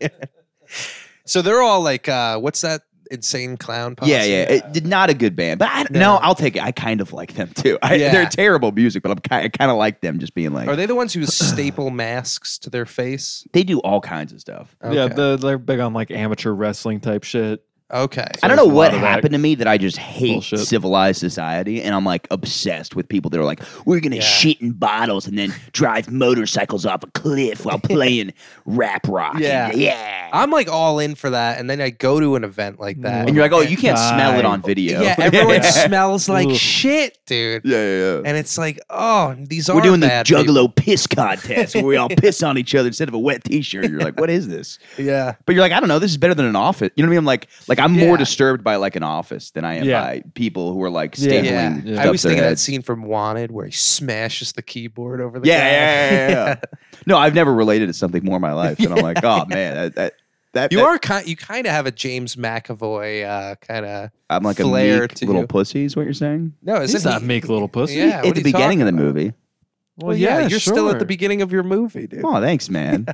Speaker 2: So they're all like, uh, what's that insane clown? Posse?
Speaker 4: Yeah, yeah. It did not a good band, but I, no.
Speaker 2: No.
Speaker 4: I'll take it. I kind of like them too. I,
Speaker 2: Yeah.
Speaker 4: They're terrible music, but I'm kind, I kind of like them just being like
Speaker 2: Are
Speaker 4: they-,
Speaker 2: they the ones who staple masks to their face?
Speaker 4: do all kinds of stuff.
Speaker 5: Yeah,
Speaker 2: Okay.
Speaker 5: the, they're big on like amateur wrestling type shit.
Speaker 2: okay.
Speaker 4: I don't
Speaker 5: there's
Speaker 4: know
Speaker 5: a
Speaker 4: what
Speaker 5: lot of that
Speaker 4: happened to me that I just hate
Speaker 5: bullshit.
Speaker 4: civilized society, and I'm like obsessed with people that are like, we're gonna shit in bottles and then drive motorcycles off a cliff while playing rap rock.
Speaker 2: Yeah.
Speaker 4: And- yeah.
Speaker 2: I'm like all in for that, and then I go to an event like that.
Speaker 4: and you're like, oh, you can't smell it
Speaker 5: Right.
Speaker 4: on video.
Speaker 2: yeah, everyone smells like shit, dude.
Speaker 4: Yeah, yeah, yeah.
Speaker 2: And it's like, oh, these are
Speaker 4: We're doing the
Speaker 2: bad people.
Speaker 4: Juggalo piss contest where we all piss on each other instead of a wet T-shirt. You're like, what is this?
Speaker 2: Yeah,
Speaker 4: But you're like, I don't know. This is better than an office. You know what I mean? I'm like, like I'm
Speaker 2: Yeah.
Speaker 4: more disturbed by like an office than I am
Speaker 5: Yeah.
Speaker 4: by people who are like
Speaker 5: Yeah.
Speaker 4: stapling.
Speaker 2: yeah.
Speaker 4: stuff
Speaker 2: I always
Speaker 4: to
Speaker 2: think
Speaker 4: their
Speaker 2: of that
Speaker 4: heads.
Speaker 2: scene from Wanted where he smashes the keyboard over the
Speaker 4: Yeah,
Speaker 2: guy.
Speaker 4: yeah, yeah, yeah, yeah. No, I've never related to something more in my life, and I'm like, oh man, that that, that
Speaker 2: You
Speaker 4: that-
Speaker 2: are kind. You kind of have a James McAvoy uh, kind of.
Speaker 4: I'm like a
Speaker 2: flair
Speaker 4: meek
Speaker 2: to
Speaker 4: little
Speaker 2: you.
Speaker 4: pussy. Is what you're saying?
Speaker 2: No, isn't
Speaker 5: He's not
Speaker 2: he-
Speaker 5: meek little pussy.
Speaker 2: Yeah,
Speaker 4: at the
Speaker 2: what are you talking
Speaker 4: beginning of the
Speaker 2: about?
Speaker 4: movie.
Speaker 5: Well,
Speaker 2: you're still at the
Speaker 5: sure.
Speaker 2: beginning of your movie, dude.
Speaker 4: Oh, thanks, man.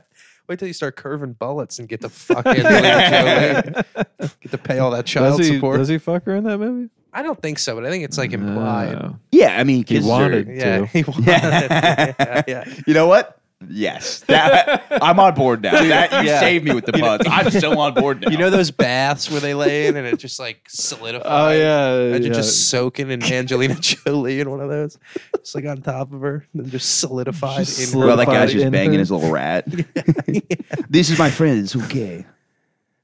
Speaker 2: Wait till you start curving bullets and get to fucking get to pay all that
Speaker 5: Does
Speaker 2: child
Speaker 5: he,
Speaker 2: support.
Speaker 5: does he fuck her in that movie?
Speaker 2: I don't think so, but I think it's like implied.
Speaker 5: No.
Speaker 4: yeah, I mean,
Speaker 5: He
Speaker 4: kisses are-
Speaker 5: wanted
Speaker 2: yeah,
Speaker 5: to.
Speaker 2: he wanted.
Speaker 4: Yeah.
Speaker 2: yeah, yeah.
Speaker 4: You know what? Yes, That- I'm on board now. That, you
Speaker 2: yeah.
Speaker 4: saved me with the puns. I'm still on board now.
Speaker 2: You know those baths where they lay in and it just like solidifies.
Speaker 5: Oh yeah,
Speaker 2: Imagine
Speaker 5: yeah.
Speaker 2: just soaking in Angelina Jolie in one of those, just like on top of her, and then just solidified
Speaker 5: Just
Speaker 2: in
Speaker 5: slid-
Speaker 4: well,
Speaker 2: her.
Speaker 4: that guy's
Speaker 5: Solidified
Speaker 4: just
Speaker 5: in
Speaker 4: banging
Speaker 5: her.
Speaker 4: his little rat. This is my friend. It's okay.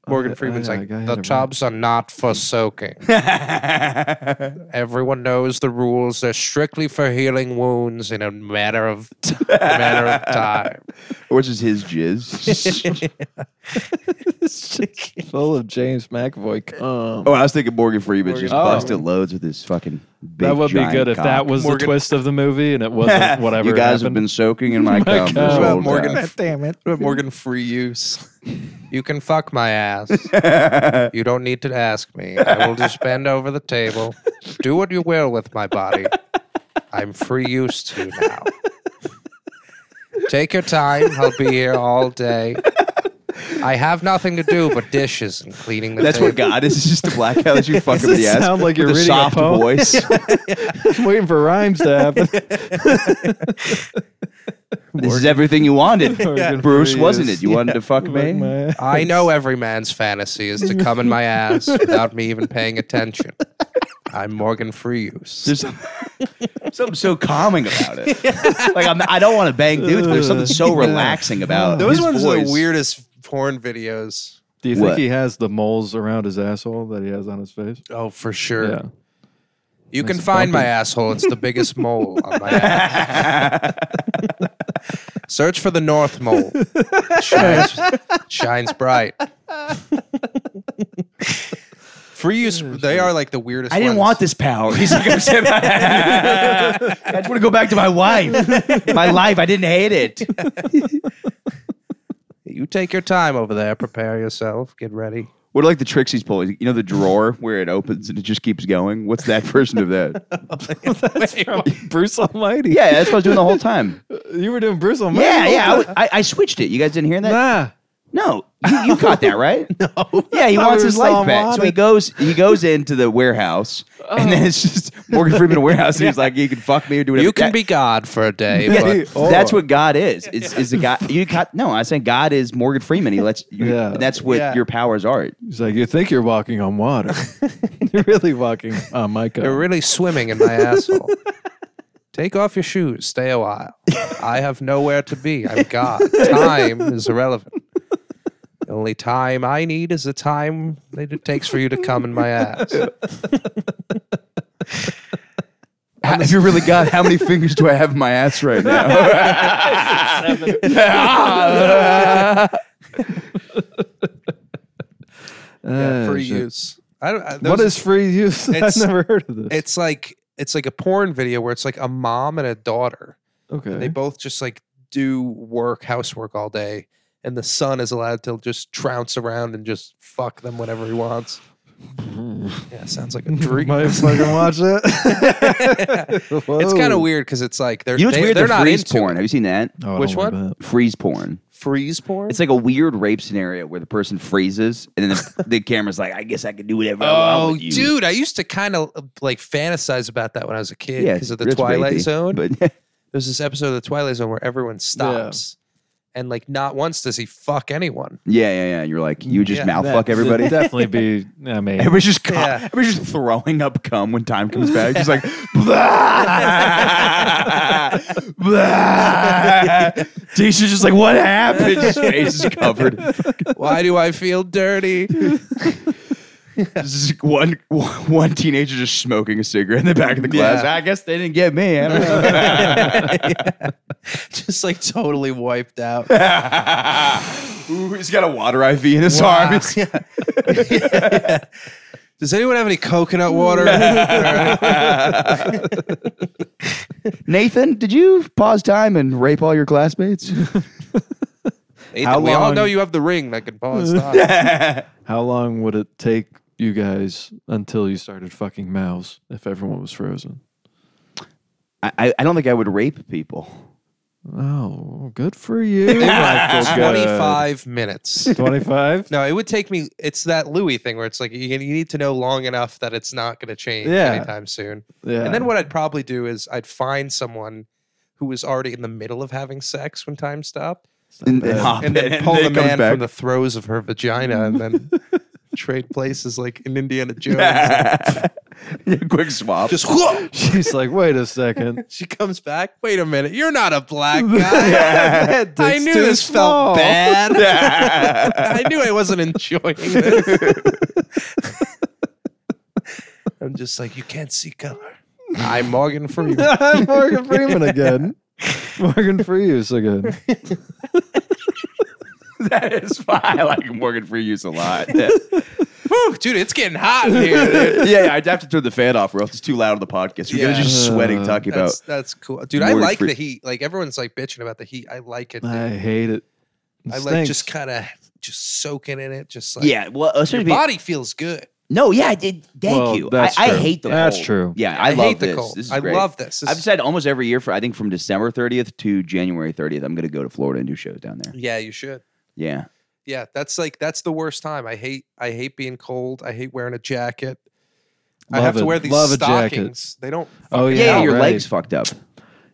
Speaker 2: Morgan
Speaker 5: Oh,
Speaker 2: Freeman's
Speaker 5: yeah, I
Speaker 2: like,
Speaker 5: got
Speaker 2: the
Speaker 5: it,
Speaker 2: tubs are not for soaking. Everyone knows the rules. They're strictly for healing wounds in a matter of t- matter of time.
Speaker 4: Which is his jizz.
Speaker 5: full of James McAvoy. cum.
Speaker 4: oh, I was thinking Morgan Freeman's just
Speaker 5: Oh.
Speaker 4: busted loads with his fucking. Big,
Speaker 5: that would be
Speaker 4: giant
Speaker 5: good if that
Speaker 4: cock.
Speaker 5: was the
Speaker 2: Morgan-
Speaker 5: twist of the movie and it wasn't whatever.
Speaker 4: you guys have
Speaker 5: happened. Oh
Speaker 4: been soaking in my, cum. this
Speaker 2: What
Speaker 5: God. What about
Speaker 2: about
Speaker 4: whole
Speaker 2: Morgan?
Speaker 4: time.
Speaker 2: damn it! Morgan free use? You can fuck my ass. you don't need to ask me. I will just bend over the table. Do what you will with my body. I'm free use to you now. Take your time. I'll be here all day. I have nothing to do but dishes and cleaning the
Speaker 4: That's
Speaker 2: table.
Speaker 4: what God is. It's just a black guy that you fuck him in
Speaker 5: Does
Speaker 4: the
Speaker 5: it
Speaker 4: ass.
Speaker 5: sound
Speaker 4: with
Speaker 5: like you're
Speaker 4: a
Speaker 5: reading a
Speaker 4: soft
Speaker 5: poem?
Speaker 4: voice.
Speaker 5: waiting for rhymes to happen.
Speaker 4: This is everything you wanted.
Speaker 5: Morgan
Speaker 4: Bruce,
Speaker 5: Freeman
Speaker 4: wasn't
Speaker 5: is-
Speaker 4: it? You wanted to fuck me?
Speaker 5: My-
Speaker 2: I know every man's fantasy is to come in my ass without me even paying attention. I'm Morgan Freeuse.
Speaker 4: There's some- something so calming about it. like I'm, I don't want to bang dudes, but there's something so relaxing about
Speaker 2: Those
Speaker 4: his
Speaker 2: ones are
Speaker 4: voice.
Speaker 2: the weirdest porn videos.
Speaker 5: Do you think
Speaker 4: What?
Speaker 5: he has the moles around his asshole that he has on his face?
Speaker 2: Oh, for sure.
Speaker 5: Yeah.
Speaker 2: You can find my asshole. It's the biggest mole on my ass. Search for the North Mole. It Shines, shines bright. Free use. They are like the weirdest.
Speaker 4: I didn't
Speaker 2: ones.
Speaker 4: want this power. He's like, upset. I just want to go back to my wife. My life. I didn't hate it.
Speaker 2: You take your time over there. Prepare yourself. Get ready.
Speaker 4: What are like the tricks he's pulling? You know the drawer where it opens and it just keeps going. What's that version of that?
Speaker 5: Bruce Almighty.
Speaker 4: Yeah, that's what I was doing the whole time.
Speaker 5: You were doing Bruce Almighty.
Speaker 4: Yeah,
Speaker 5: the
Speaker 4: yeah. I
Speaker 5: whole
Speaker 4: w- I, I switched it. You guys didn't hear that?
Speaker 5: time. Nah.
Speaker 4: No, you, you caught that right.
Speaker 2: No.
Speaker 4: Yeah, he
Speaker 2: I
Speaker 4: wants
Speaker 2: thought
Speaker 4: his
Speaker 2: we saw
Speaker 4: life
Speaker 2: him
Speaker 4: back. So he
Speaker 2: wanted.
Speaker 4: goes he goes into the warehouse and then it's just Morgan Freeman warehouse and he's like, You can fuck me or do whatever.
Speaker 2: Oh. You can
Speaker 4: That-
Speaker 2: be Oh. God for a day,
Speaker 4: yeah,
Speaker 2: but
Speaker 4: that- that's what God is. Is is a God you got no, I said God is Morgan Freeman. He lets you
Speaker 5: Yeah.
Speaker 4: that's what
Speaker 2: Yeah.
Speaker 4: your powers are.
Speaker 5: He's like, you think you're walking on water. you're really walking uh, on my
Speaker 2: they're
Speaker 5: coat.
Speaker 2: really swimming in my asshole. Take off your shoes. Stay a while. I have nowhere to be. I'm God. Time is irrelevant. The only time I need is the time that it takes for you to come in my ass.
Speaker 4: How- If you're really God, how many fingers do I have in my ass right now?
Speaker 2: Yeah, free
Speaker 5: Ah, shit.
Speaker 2: use. I don't, I,
Speaker 5: What is free use? I've
Speaker 2: It's-
Speaker 5: never heard of this.
Speaker 2: It's like it's like a porn video where it's like a mom and a daughter.
Speaker 5: okay.
Speaker 2: They both just like do work, housework all day, and the son is allowed to just trounce around and just fuck them whenever he wants.
Speaker 5: Hmm.
Speaker 2: Yeah, sounds like a dream.
Speaker 5: Might fucking watch it.
Speaker 2: It's kind of weird because it's like they're
Speaker 4: you know what's
Speaker 2: they,
Speaker 4: weird?
Speaker 2: they're
Speaker 4: The
Speaker 2: not
Speaker 4: freeze
Speaker 2: into
Speaker 4: porn.
Speaker 2: It.
Speaker 4: Have you seen that?
Speaker 5: Oh,
Speaker 2: Which one?
Speaker 4: Freeze porn.
Speaker 2: Freeze porn.
Speaker 4: It's like a weird rape scenario where the person freezes and then the, the camera's like, I guess I can do whatever I want.
Speaker 2: oh,
Speaker 4: with you."
Speaker 2: dude, I used to kind of like fantasize about that when I was a kid
Speaker 4: Yeah,
Speaker 2: because of the
Speaker 4: it's
Speaker 2: Twilight
Speaker 4: rapey,
Speaker 2: Zone.
Speaker 4: But
Speaker 2: There's this episode of the Twilight Zone where everyone stops, and like not once does he fuck anyone.
Speaker 4: yeah, yeah, yeah. You're like, you just
Speaker 2: Yeah,
Speaker 4: mouth fuck everybody.
Speaker 5: Definitely be. I mean,
Speaker 4: Everybody's just, cum-
Speaker 2: Yeah.
Speaker 4: everybody's just throwing up cum when time comes back. Just like, Tisha's just like, what happened? His face is covered.
Speaker 2: Why do I feel dirty?
Speaker 4: This is one one teenager just smoking a cigarette in the back of the class.
Speaker 2: Yeah.
Speaker 4: I guess they didn't get me. I don't know.
Speaker 2: Just like totally wiped out.
Speaker 4: Ooh, he's got a water IV in his
Speaker 2: Wow.
Speaker 4: arm.
Speaker 2: Yeah. Yeah. Does anyone have any coconut water? Alright.
Speaker 4: Nathan, did you pause time and rape all your classmates?
Speaker 2: Ethan, we all
Speaker 4: long-
Speaker 2: know you have the ring that can pause time.
Speaker 5: how long would it take you guys until you started fucking mouths if everyone was frozen?
Speaker 4: I, I don't think I would rape people.
Speaker 5: Oh, good for you, Michael. Good.
Speaker 2: 25 minutes.
Speaker 5: 25?
Speaker 2: No, it would take me. It's that Louis thing where it's like you, you need to know long enough that it's not going to change
Speaker 5: Yeah.
Speaker 2: anytime soon.
Speaker 5: Yeah.
Speaker 2: And then what I'd probably do is I'd find someone who was already in the middle of having sex when time stopped,
Speaker 4: And,
Speaker 5: bad.
Speaker 4: hop
Speaker 2: and
Speaker 4: in,
Speaker 2: then pull
Speaker 4: it
Speaker 2: the
Speaker 4: comes
Speaker 2: man
Speaker 4: back.
Speaker 2: from the throes of her vagina, and then trade places like in Indiana Jones.
Speaker 4: Yeah, quick swap.
Speaker 2: Just whoa!
Speaker 5: She's like, wait a second.
Speaker 2: She comes back. Wait a minute, you're not a black guy.
Speaker 5: That
Speaker 2: I
Speaker 5: dick's
Speaker 2: knew
Speaker 5: too
Speaker 2: this
Speaker 5: small.
Speaker 2: felt bad. I knew I wasn't enjoying this. I'm just like, you can't see color. I'm Morgan Freeman.
Speaker 5: I'm Morgan Freeman again. Morgan Freeman again.
Speaker 4: that is fine. I like Morgan Free use a lot. yeah,
Speaker 2: Whew, dude, it's getting hot in here.
Speaker 4: yeah, I'd have to turn the fan off, or else it's too loud on the podcast. You're
Speaker 2: Yeah.
Speaker 4: guys just
Speaker 5: Uh-huh.
Speaker 4: sweating talking
Speaker 2: That's,
Speaker 4: about.
Speaker 2: that's cool, dude.
Speaker 4: Morgan
Speaker 2: I like
Speaker 4: Fre-
Speaker 2: the heat. Like everyone's like bitching about the heat. I like it. dude.
Speaker 5: I hate it. it
Speaker 2: I like
Speaker 5: stinks.
Speaker 2: just kind of just soaking in it. Just like
Speaker 4: Yeah, well,
Speaker 2: your
Speaker 4: especially
Speaker 2: body feels good.
Speaker 4: no, yeah, I did. Thank
Speaker 5: Well,
Speaker 4: you.
Speaker 5: that's
Speaker 4: I, I
Speaker 5: true.
Speaker 4: hate the
Speaker 5: That's
Speaker 4: cold.
Speaker 5: true.
Speaker 4: Yeah, I,
Speaker 2: hate
Speaker 4: love
Speaker 2: the
Speaker 4: this.
Speaker 2: cold.
Speaker 4: This is
Speaker 2: I
Speaker 4: great.
Speaker 2: love this. This
Speaker 4: I've
Speaker 2: is-
Speaker 4: said almost every year for I think from December 30th to January 30th, I'm going to go to Florida and do shows down there.
Speaker 2: Yeah, you should.
Speaker 4: Yeah,
Speaker 2: Yeah, that's like that's the worst time. I hate I hate being cold. I hate wearing a jacket. I
Speaker 5: Love
Speaker 2: have to
Speaker 5: it.
Speaker 2: wear these
Speaker 5: Love a jacket.
Speaker 2: stockings. They don't.
Speaker 5: Oh,
Speaker 2: fucking
Speaker 5: Yeah,
Speaker 4: yeah,
Speaker 2: help.
Speaker 4: your
Speaker 5: right.
Speaker 4: legs fucked up,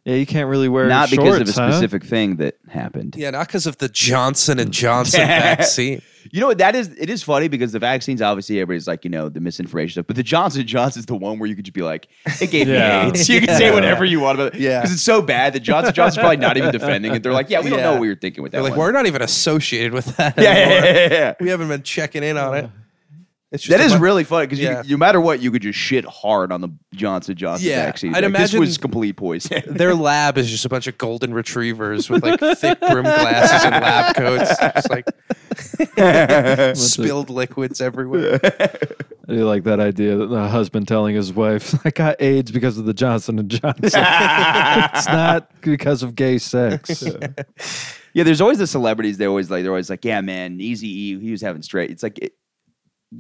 Speaker 5: Yeah, you can't really wear
Speaker 4: not
Speaker 5: shorts,
Speaker 4: because of a
Speaker 5: huh?
Speaker 4: specific thing that happened.
Speaker 2: Yeah, not because of the Johnson and Johnson vaccine.
Speaker 4: You know what that is? It is funny because the vaccines, obviously, everybody's like, you know, the misinformation stuff. But the Johnson Johnson's the one where you could just be like, it gave
Speaker 5: Yeah.
Speaker 4: me AIDS. You can say
Speaker 5: Yeah.
Speaker 4: whatever you want about it.
Speaker 2: Yeah.
Speaker 4: because it's so bad that Johnson Johnson's probably not even defending it. They're like, yeah, we don't
Speaker 2: Yeah.
Speaker 4: know what you're thinking with that.
Speaker 2: They're like,
Speaker 4: one.
Speaker 2: we're not even associated with that.
Speaker 4: yeah, yeah,
Speaker 2: anymore.
Speaker 4: yeah, yeah, yeah.
Speaker 2: We haven't been checking in on it. It's just
Speaker 4: That
Speaker 2: a
Speaker 4: is
Speaker 2: bu-
Speaker 4: really funny because
Speaker 2: Yeah.
Speaker 4: you, no matter what, you could just shit hard on the Johnson Johnson
Speaker 2: Yeah,
Speaker 4: vaccine.
Speaker 2: I'd
Speaker 4: Like, this
Speaker 2: imagine-
Speaker 4: was complete poison.
Speaker 2: Their lab is just a bunch of golden retrievers with like thick brim glasses and lab coats. Just like spilled liquids everywhere.
Speaker 5: I do like that idea that the husband telling his wife, "I got AIDS because of the Johnson and Johnson. it's not because of gay sex."
Speaker 4: Yeah, there's always the celebrities. They always like they're always like, yeah, man, Easy E, he was having straight. It's like it,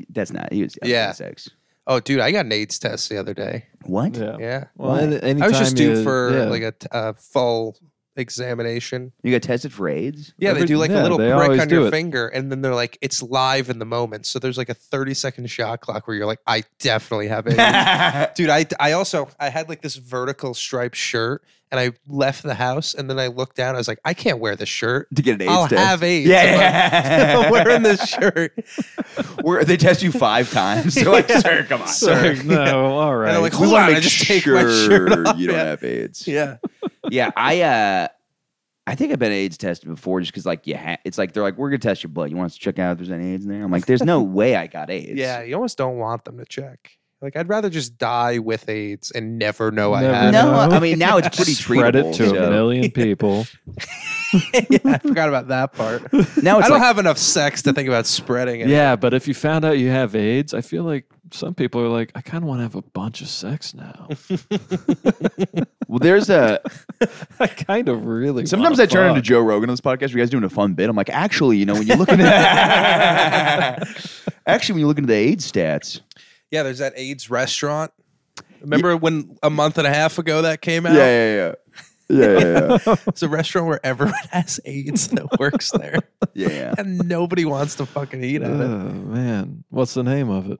Speaker 4: that's not he was having
Speaker 2: Yeah.
Speaker 4: sex.
Speaker 2: Oh, dude, I got an AIDS test the other day.
Speaker 4: What?
Speaker 5: Yeah.
Speaker 2: Yeah.
Speaker 5: Oh. Well, any,
Speaker 2: I was just
Speaker 5: anytime
Speaker 2: due
Speaker 5: you-
Speaker 2: for
Speaker 5: yeah.
Speaker 2: like a t- a full examination.
Speaker 4: You got tested for AIDS?
Speaker 2: Yeah, they
Speaker 5: Every-
Speaker 2: do like
Speaker 5: yeah,
Speaker 2: a little
Speaker 5: they
Speaker 2: prick
Speaker 5: always
Speaker 2: on
Speaker 5: do
Speaker 2: your
Speaker 5: it.
Speaker 2: finger, and then they're like, it's live in the moment. So there's like a 30 second shot clock where you're like, I definitely have AIDS. Dude, I, I also I had like this vertical striped shirt, and I left the house, and then I looked down. I was like, I can't wear this shirt.
Speaker 4: to get an AIDS
Speaker 2: I'll
Speaker 4: test.
Speaker 2: have AIDS.
Speaker 4: Yeah,
Speaker 2: if I'm-
Speaker 4: yeah.
Speaker 2: I'm wearing this shirt.
Speaker 4: Where they test you five times. They're like, sir, come on.
Speaker 5: Sorry, no, all right.
Speaker 2: And I'm like,
Speaker 4: We
Speaker 2: hold
Speaker 4: want
Speaker 2: on,
Speaker 4: to
Speaker 2: I
Speaker 4: make
Speaker 2: just take
Speaker 4: sure
Speaker 2: my shirt off.
Speaker 4: you don't
Speaker 2: yeah.
Speaker 4: have AIDS.
Speaker 2: yeah.
Speaker 4: yeah, I uh, I think I've been AIDS tested before, just because like you ha- it's like they're like we're gonna test your blood. You want us to check out if there's any AIDS in there? I'm like, there's no way I got AIDS.
Speaker 2: yeah, you almost don't want them to check. Like, I'd rather just die with AIDS and never know I
Speaker 5: Never
Speaker 2: had.
Speaker 4: no,
Speaker 5: know.
Speaker 4: I mean now it's pretty
Speaker 5: spread
Speaker 4: treatable.
Speaker 5: it to a
Speaker 4: so-
Speaker 5: million people.
Speaker 2: it. I forgot about that part.
Speaker 4: Now
Speaker 2: I
Speaker 4: it's
Speaker 2: don't
Speaker 4: like,
Speaker 2: have enough sex to think about spreading it.
Speaker 5: Yeah, but if you found out you have AIDS, I feel like some people are like, I kind of want to have a bunch of sex now.
Speaker 4: well, there's a.
Speaker 5: I kind of really.
Speaker 4: Sometimes I
Speaker 5: wanna
Speaker 4: turn into
Speaker 5: fuck.
Speaker 4: Joe Rogan on this podcast. where You guys doing a fun bit. I'm like, actually, you know, when you look into actually when you look into the AIDS stats,
Speaker 2: Yeah, there's that AIDS restaurant. Remember when a month and a half ago that came out?
Speaker 4: yeah, yeah, yeah, yeah, yeah,
Speaker 2: It's a restaurant where everyone has AIDS that works there,
Speaker 4: yeah. yeah.
Speaker 2: and nobody wants to fucking eat at it.
Speaker 5: Oh man, what's the name of it?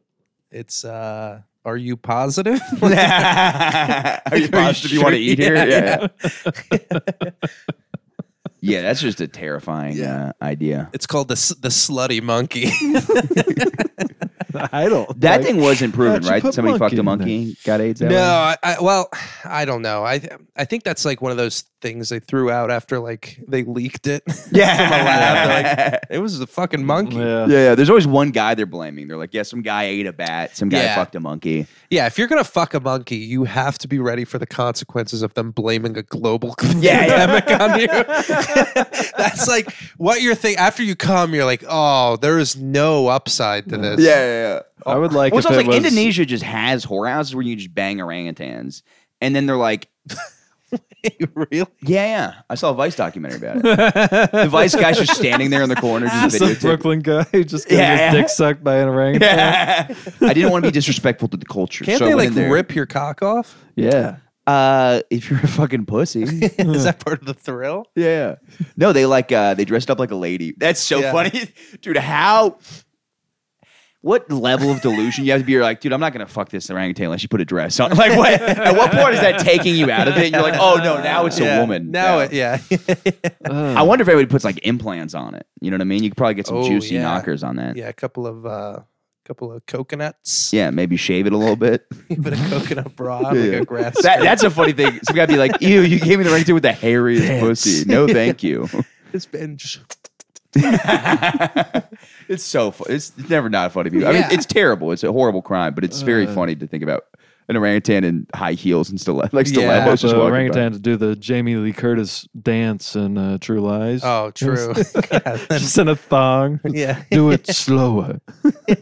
Speaker 2: It's uh, are you positive?
Speaker 4: Are you
Speaker 2: Are you
Speaker 4: positive you want to
Speaker 2: sure?
Speaker 4: eat here? Yeah,
Speaker 2: Yeah,
Speaker 4: yeah. Yeah, that's just a terrifying
Speaker 2: Yeah.
Speaker 4: uh, idea.
Speaker 2: it's called the s- the slutty monkey.
Speaker 5: I don't.
Speaker 4: That thing was improving,
Speaker 5: how'd you
Speaker 4: right?
Speaker 5: put
Speaker 4: Somebody fucked a
Speaker 5: monkey
Speaker 4: monkey, got AIDS. That
Speaker 2: no,
Speaker 4: way?
Speaker 2: I, I, well, I don't know. I th- I think that's like one of those things they threw out after like they leaked it. from a lab. They're like,
Speaker 4: yeah,
Speaker 2: it was a fucking monkey.
Speaker 5: Yeah.
Speaker 4: yeah. There's always one guy they're blaming. They're like, yeah, some guy ate a bat, some guy
Speaker 2: Yeah.
Speaker 4: fucked a monkey.
Speaker 2: Yeah, if you're gonna fuck a monkey, you have to be ready for the consequences of them blaming a global
Speaker 4: Yeah, yeah.
Speaker 2: pandemic on you. That's like what you're thinking after you come. You're like, oh, there is no upside to this.
Speaker 4: yeah,
Speaker 5: I would like
Speaker 4: Well,
Speaker 5: if
Speaker 4: so it's like
Speaker 5: it was
Speaker 4: Indonesia just has whorehouses where you just bang orangutans, and then they're like,
Speaker 2: really?
Speaker 4: yeah, yeah. I saw a Vice documentary about it. the Vice guy's just standing there in the corner, just
Speaker 5: Some
Speaker 4: videotaping.
Speaker 5: Brooklyn guy who just got
Speaker 4: Yeah,
Speaker 5: his
Speaker 4: yeah.
Speaker 5: dick sucked by an orangutan.
Speaker 4: I didn't want to be disrespectful to the culture.
Speaker 2: Can't
Speaker 4: so I
Speaker 2: they
Speaker 4: went
Speaker 2: like
Speaker 4: in there.
Speaker 2: rip your cock off?
Speaker 5: Yeah.
Speaker 4: Uh, if you're a fucking pussy.
Speaker 2: is that part of the thrill?
Speaker 4: yeah. No, they like uh, they dressed up like a lady. That's so
Speaker 2: Yeah.
Speaker 4: funny, dude. How? What level of delusion you have to be? You're like, dude, I'm not gonna fuck this orangutan unless you put a dress on. Like, what? at what point is that taking you out of it? And you're like, oh no, now it's
Speaker 2: Yeah.
Speaker 4: a woman.
Speaker 2: Now it, yeah.
Speaker 4: I wonder if everybody puts like implants on it. You know what I mean? You could probably get some
Speaker 2: Oh,
Speaker 4: juicy
Speaker 2: yeah.
Speaker 4: knockers on that. Yeah.
Speaker 2: yeah, a couple of uh couple of coconuts.
Speaker 4: maybe shave it a little bit.
Speaker 2: You put a coconut bra on like
Speaker 4: Yeah.
Speaker 2: a grass.
Speaker 4: That, that's a funny thing. Some guy be like, ew, you gave me the orangutan with the hairiest pussy. No, thank you.
Speaker 2: it's been just
Speaker 4: it's so fu- it's, it's never not funny. People. I mean,
Speaker 2: Yeah. Uh.
Speaker 4: it's terrible. It's a horrible crime, but it's very funny to think about an orangutan in high heels and stiletto, like
Speaker 2: Yeah.
Speaker 4: stilettos.
Speaker 5: Well,
Speaker 4: just
Speaker 5: the
Speaker 4: walking by.
Speaker 5: orangutans do the Jamie Lee Curtis dance in uh, True Lies.
Speaker 2: oh true. God,
Speaker 5: Just in a thong.
Speaker 2: Yeah.
Speaker 5: Do it slower.
Speaker 4: I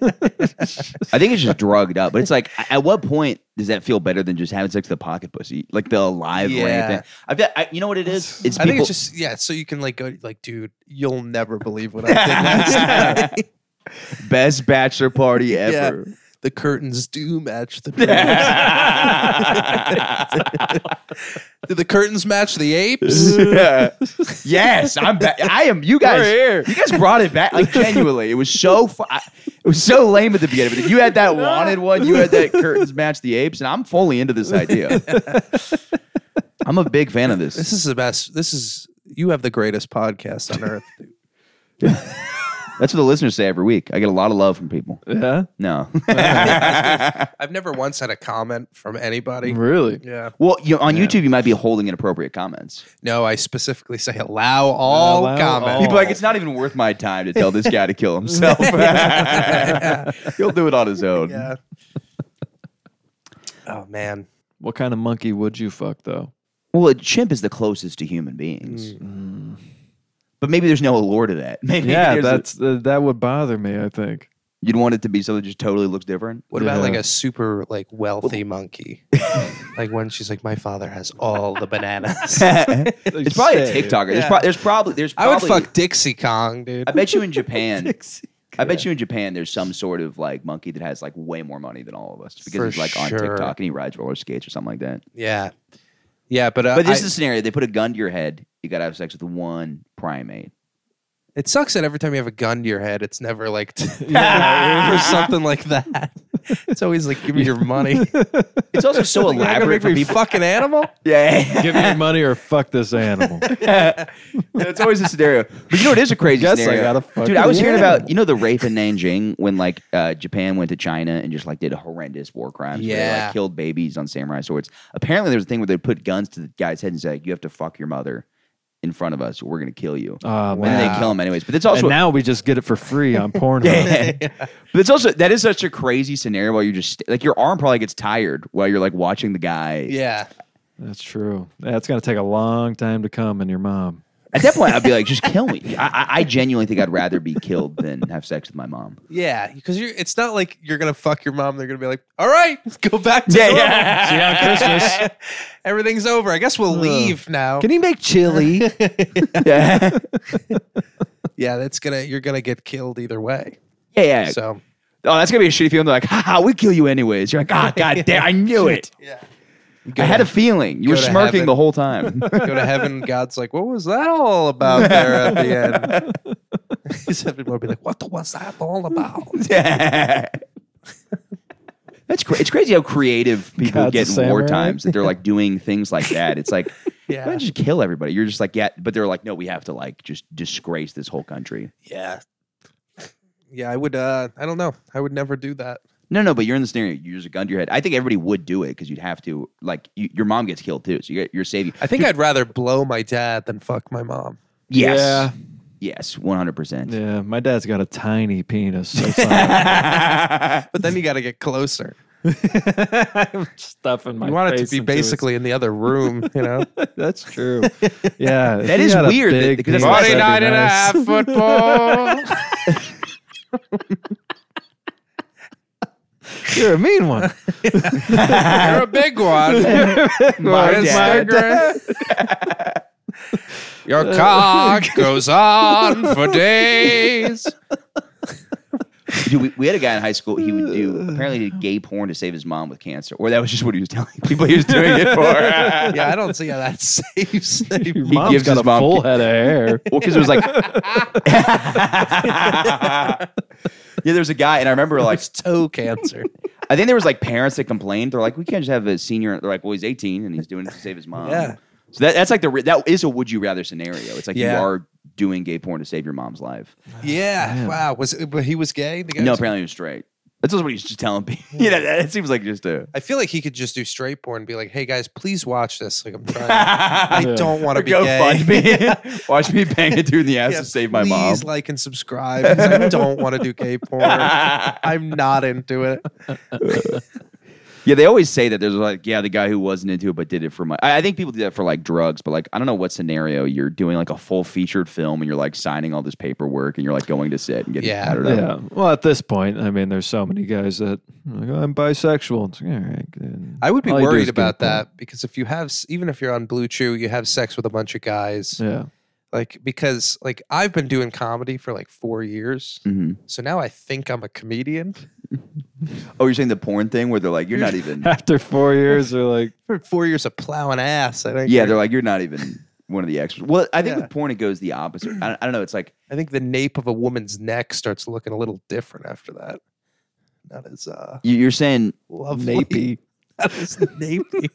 Speaker 4: think it's just drugged up, but it's like, at what point does that feel better than just having sex with a pocket pussy, like the alive
Speaker 2: Yeah.
Speaker 4: orangutan? I, bet, I you know what it is? It's
Speaker 2: I think
Speaker 4: people-
Speaker 2: it's just yeah. So you can like go like, dude, you'll never believe what I did last night.
Speaker 4: best bachelor party
Speaker 2: Yeah.
Speaker 4: ever.
Speaker 2: The curtains do match the. Did the curtains match the apes?
Speaker 4: Yeah. yes, I'm back. I am. You guys, you guys brought it back. Like genuinely, it was so. Fu- I- it was so lame at the beginning, but you had that wanted one. You had that curtains match the apes, and I'm fully into this idea. I'm a big fan of
Speaker 2: this
Speaker 4: this.
Speaker 2: is the best. This is you have the greatest podcast on earth. Dude.
Speaker 4: That's what the listeners say every week. I get a lot of love from people.
Speaker 5: Yeah.
Speaker 4: No,
Speaker 2: I've never once had a comment from anybody.
Speaker 5: Really?
Speaker 2: Yeah.
Speaker 4: well, you on YouTube, you might be holding inappropriate comments.
Speaker 2: No, I specifically say allow all
Speaker 5: Allow
Speaker 2: comments.
Speaker 5: all.
Speaker 4: People are like it's not even worth my time to tell this guy to kill himself. He'll do it on his own.
Speaker 2: Yeah. oh man.
Speaker 5: What kind of monkey would you fuck though?
Speaker 4: Well, a chimp is the closest to human beings.
Speaker 2: Mm.
Speaker 4: But maybe there's no allure to that. Maybe
Speaker 5: Yeah,
Speaker 4: there's a-
Speaker 5: that's uh, that would bother me. I think.
Speaker 4: you'd want it to be something that just totally looks different.
Speaker 2: What about
Speaker 5: Yeah.
Speaker 2: like a super like wealthy monkey? like when she's like, my father has all the bananas.
Speaker 4: It's probably a TikToker. There's,
Speaker 2: Yeah.
Speaker 4: pro- there's probably there's
Speaker 2: I would
Speaker 4: probably
Speaker 2: fuck Dixie Kong, dude.
Speaker 4: I bet you in Japan. I bet you in Japan there's some sort of like monkey that has like way more money than all of us because
Speaker 2: For
Speaker 4: he's like on
Speaker 2: sure.
Speaker 4: TikTok and he rides roller skates or something like that.
Speaker 2: Yeah, yeah, but uh,
Speaker 4: But this
Speaker 2: I-
Speaker 4: is the scenario: they put a gun to your head. You got to have sex with one primate.
Speaker 2: It sucks that every time you have a gun to your head, it's never like yeah, or something like that. It's always like, give me your money.
Speaker 4: It's also so elaborate for
Speaker 2: You
Speaker 4: people.
Speaker 2: fucking animal.
Speaker 4: Yeah,
Speaker 5: Give me your money or fuck this animal.
Speaker 4: it's always a scenario. But you know, it is a crazy
Speaker 5: Guess I
Speaker 4: scenario.
Speaker 5: gotta fuck
Speaker 4: Dude, I was
Speaker 5: the
Speaker 4: hearing
Speaker 5: animal.
Speaker 4: about you know the rape in Nanjing when like uh, Japan went to China and just like did horrendous war crimes. where they,
Speaker 2: Yeah.
Speaker 4: like killed babies on samurai swords. Apparently, there was a thing where they put guns to the guy's head and say, like, "You have to fuck your mother in front of us. Or we're gonna kill you."
Speaker 5: Oh,
Speaker 4: and then
Speaker 5: man.
Speaker 4: they kill him anyways. But it's
Speaker 5: And
Speaker 4: also
Speaker 5: now we just get it for free on Pornhub.
Speaker 4: but it's also that is such a crazy scenario while you're just like your arm probably gets tired while you're like watching the guy.
Speaker 2: Yeah.
Speaker 5: That's true. That's gonna take a long time to come in your mom.
Speaker 4: At that point, I'd be like, just kill me. I, I, I genuinely think I'd rather be killed than have sex with my mom.
Speaker 2: Yeah. Because you're it's not like you're gonna fuck your mom. They're gonna be like, all right, let's go back to
Speaker 4: Yeah,
Speaker 2: normal.
Speaker 4: yeah.
Speaker 5: See you on Christmas.
Speaker 2: Everything's over. I guess we'll leave now.
Speaker 5: Can you make chili?
Speaker 4: yeah,
Speaker 2: yeah, that's gonna you're gonna get killed either way.
Speaker 4: yeah. yeah.
Speaker 2: So
Speaker 4: oh, that's gonna be a shitty feeling. They're like, haha, we kill you anyways. You're like, ah, god damn, I knew it.
Speaker 2: yeah.
Speaker 4: I had a feeling. You
Speaker 2: Go
Speaker 4: were
Speaker 2: to
Speaker 4: smirking
Speaker 2: heaven.
Speaker 4: the whole time.
Speaker 2: go to heaven. God's like, what was that all about there at the end? Except people will be like, what the- was that all about?
Speaker 4: That's cra- it's crazy how creative people
Speaker 5: God's
Speaker 4: get
Speaker 5: a
Speaker 4: in war
Speaker 5: samurai.
Speaker 4: times that they're like doing things like that. It's like,
Speaker 2: Yeah.
Speaker 4: yeah, why don't you just kill everybody? You're just like, yeah, but they're like, no, we have to like just disgrace this whole country.
Speaker 2: Yeah. Yeah, I would. uh I don't know. I would never do that.
Speaker 4: No, no, but you're in the scenario. You use a gun to your head. I think everybody would do it because you'd have to. Like, you, your mom gets killed too, so you get, you're saving.
Speaker 2: I think I'd rather blow my dad than fuck my mom.
Speaker 4: Yes,
Speaker 5: Yeah.
Speaker 4: yes, one hundred percent.
Speaker 5: Yeah, my dad's got a tiny penis. So sorry.
Speaker 2: But then you got to get closer.
Speaker 5: I'm stuffing my
Speaker 2: You want it to
Speaker 5: face
Speaker 2: be
Speaker 5: into his-
Speaker 2: basically in the other room, you know?
Speaker 5: That's true. Yeah,
Speaker 4: That is weird that- because that's not-
Speaker 5: nine and a half.
Speaker 2: football.
Speaker 5: You're a mean one.
Speaker 2: You're a big one.
Speaker 4: My dad.
Speaker 2: Your cock goes on for days.
Speaker 4: Dude, we, we had a guy in high school. He would do apparently he did gay porn to save his mom with cancer, or that was just what he was telling people he was doing it for.
Speaker 2: Yeah, I don't see how that saves.
Speaker 5: Your
Speaker 4: He
Speaker 5: mom's
Speaker 4: gives
Speaker 5: got
Speaker 4: his
Speaker 5: a
Speaker 4: mom
Speaker 5: full
Speaker 4: ca-
Speaker 5: head of hair.
Speaker 4: Well, because it was like, yeah, there was a guy, and I remember like
Speaker 2: It's toe cancer.
Speaker 4: I think there was like parents that complained. They're like, we can't just have a senior. They're like, well, he's 18 and he's doing it to save his mom.
Speaker 2: Yeah.
Speaker 4: So that, that's like the re- that is a would you rather scenario. It's like
Speaker 2: Yeah.
Speaker 4: you are doing gay porn to save your mom's life.
Speaker 2: Yeah. Wow. Was it, but he was gay? The guy
Speaker 4: No,
Speaker 2: was-
Speaker 4: apparently he was straight. That's just what he's just telling people. you know, that, that seems like just a.
Speaker 2: I feel like he could just do straight porn and be like, "Hey guys, please watch this." Like I'm trying. I
Speaker 5: Yeah.
Speaker 2: don't want to be
Speaker 4: Go
Speaker 2: gay.
Speaker 4: fund me. Watch me bang a dude in the ass
Speaker 2: Yeah,
Speaker 4: to save my
Speaker 2: please
Speaker 4: mom.
Speaker 2: like and subscribe. 'cause I don't want to do gay porn. I'm not into it.
Speaker 4: Yeah, they always say that there's like, yeah, the guy who wasn't into it but did it for my. I, I think people do that for like drugs, but like, I don't know what scenario you're doing like a full featured film and you're like signing all this paperwork and you're like going to sit and getting
Speaker 2: Yeah.
Speaker 4: tatted up.
Speaker 5: Yeah. Well, at this point, I mean, there's so many guys that like, "Oh, I'm bisexual. It's like, all right, good.
Speaker 2: I would be
Speaker 5: All you do is
Speaker 2: worried
Speaker 5: get
Speaker 2: about
Speaker 5: a
Speaker 2: that because if you have, s- even if you're on Blue Chew, you have sex with a bunch of guys.
Speaker 5: porn. Yeah.
Speaker 2: Like because like I've been doing comedy for like four years,
Speaker 5: Mm-hmm.
Speaker 4: Mhm.
Speaker 2: so now I think I'm a comedian.
Speaker 4: Oh, you're saying the porn thing where they're like, you're not even.
Speaker 5: After four years, they're like,
Speaker 2: For four years of plowing ass, I think.
Speaker 4: yeah, they're like, you're not even one of the experts. Well, I think
Speaker 2: Yeah.
Speaker 4: with porn it goes the opposite. I, I don't know. It's like
Speaker 2: I think the nape of a woman's neck starts looking a little different after that. Not as uh,
Speaker 4: you- you're saying
Speaker 2: lovely. Not as napey.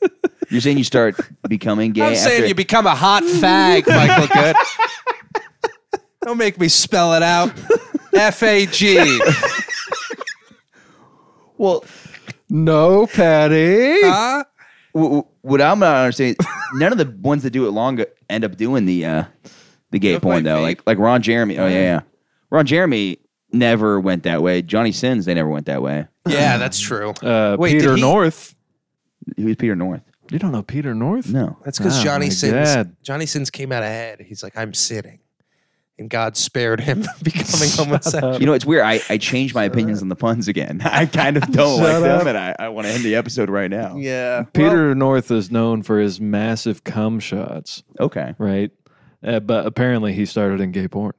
Speaker 4: you're saying you start becoming gay.
Speaker 2: I'm saying
Speaker 4: after-
Speaker 2: you become a hot fag, Michael Good. Don't make me spell it out. F A G.
Speaker 4: well.
Speaker 5: No, Patty.
Speaker 4: Uh,
Speaker 2: Huh?
Speaker 4: w- w- what I'm not understanding, none of the ones that do it long end up doing the uh, the gay
Speaker 2: play
Speaker 4: porn though.
Speaker 2: vape.
Speaker 4: Like like Ron Jeremy. Oh yeah, yeah. Ron Jeremy never went that way. Johnny Sins, they never went that way.
Speaker 2: Yeah, that's true.
Speaker 5: Uh,
Speaker 2: Wait, did
Speaker 5: Peter
Speaker 2: he-
Speaker 5: North.
Speaker 4: Who's Peter North?
Speaker 5: You don't know Peter North?
Speaker 4: No.
Speaker 2: That's because
Speaker 5: Oh,
Speaker 2: Johnny
Speaker 5: my
Speaker 2: Sins
Speaker 5: God.
Speaker 2: Johnny Sins came out ahead. He's like, I'm sitting. And God spared him from becoming homosexual.
Speaker 4: You know, it's weird. I, I changed my opinions on the puns again. I kind of don't like
Speaker 5: Shut up.
Speaker 4: them, and I, I want to end the episode right now.
Speaker 2: Yeah.
Speaker 5: Peter North is known for his massive cum shots,
Speaker 4: Okay.
Speaker 5: right? Uh, but apparently, he started in gay porn.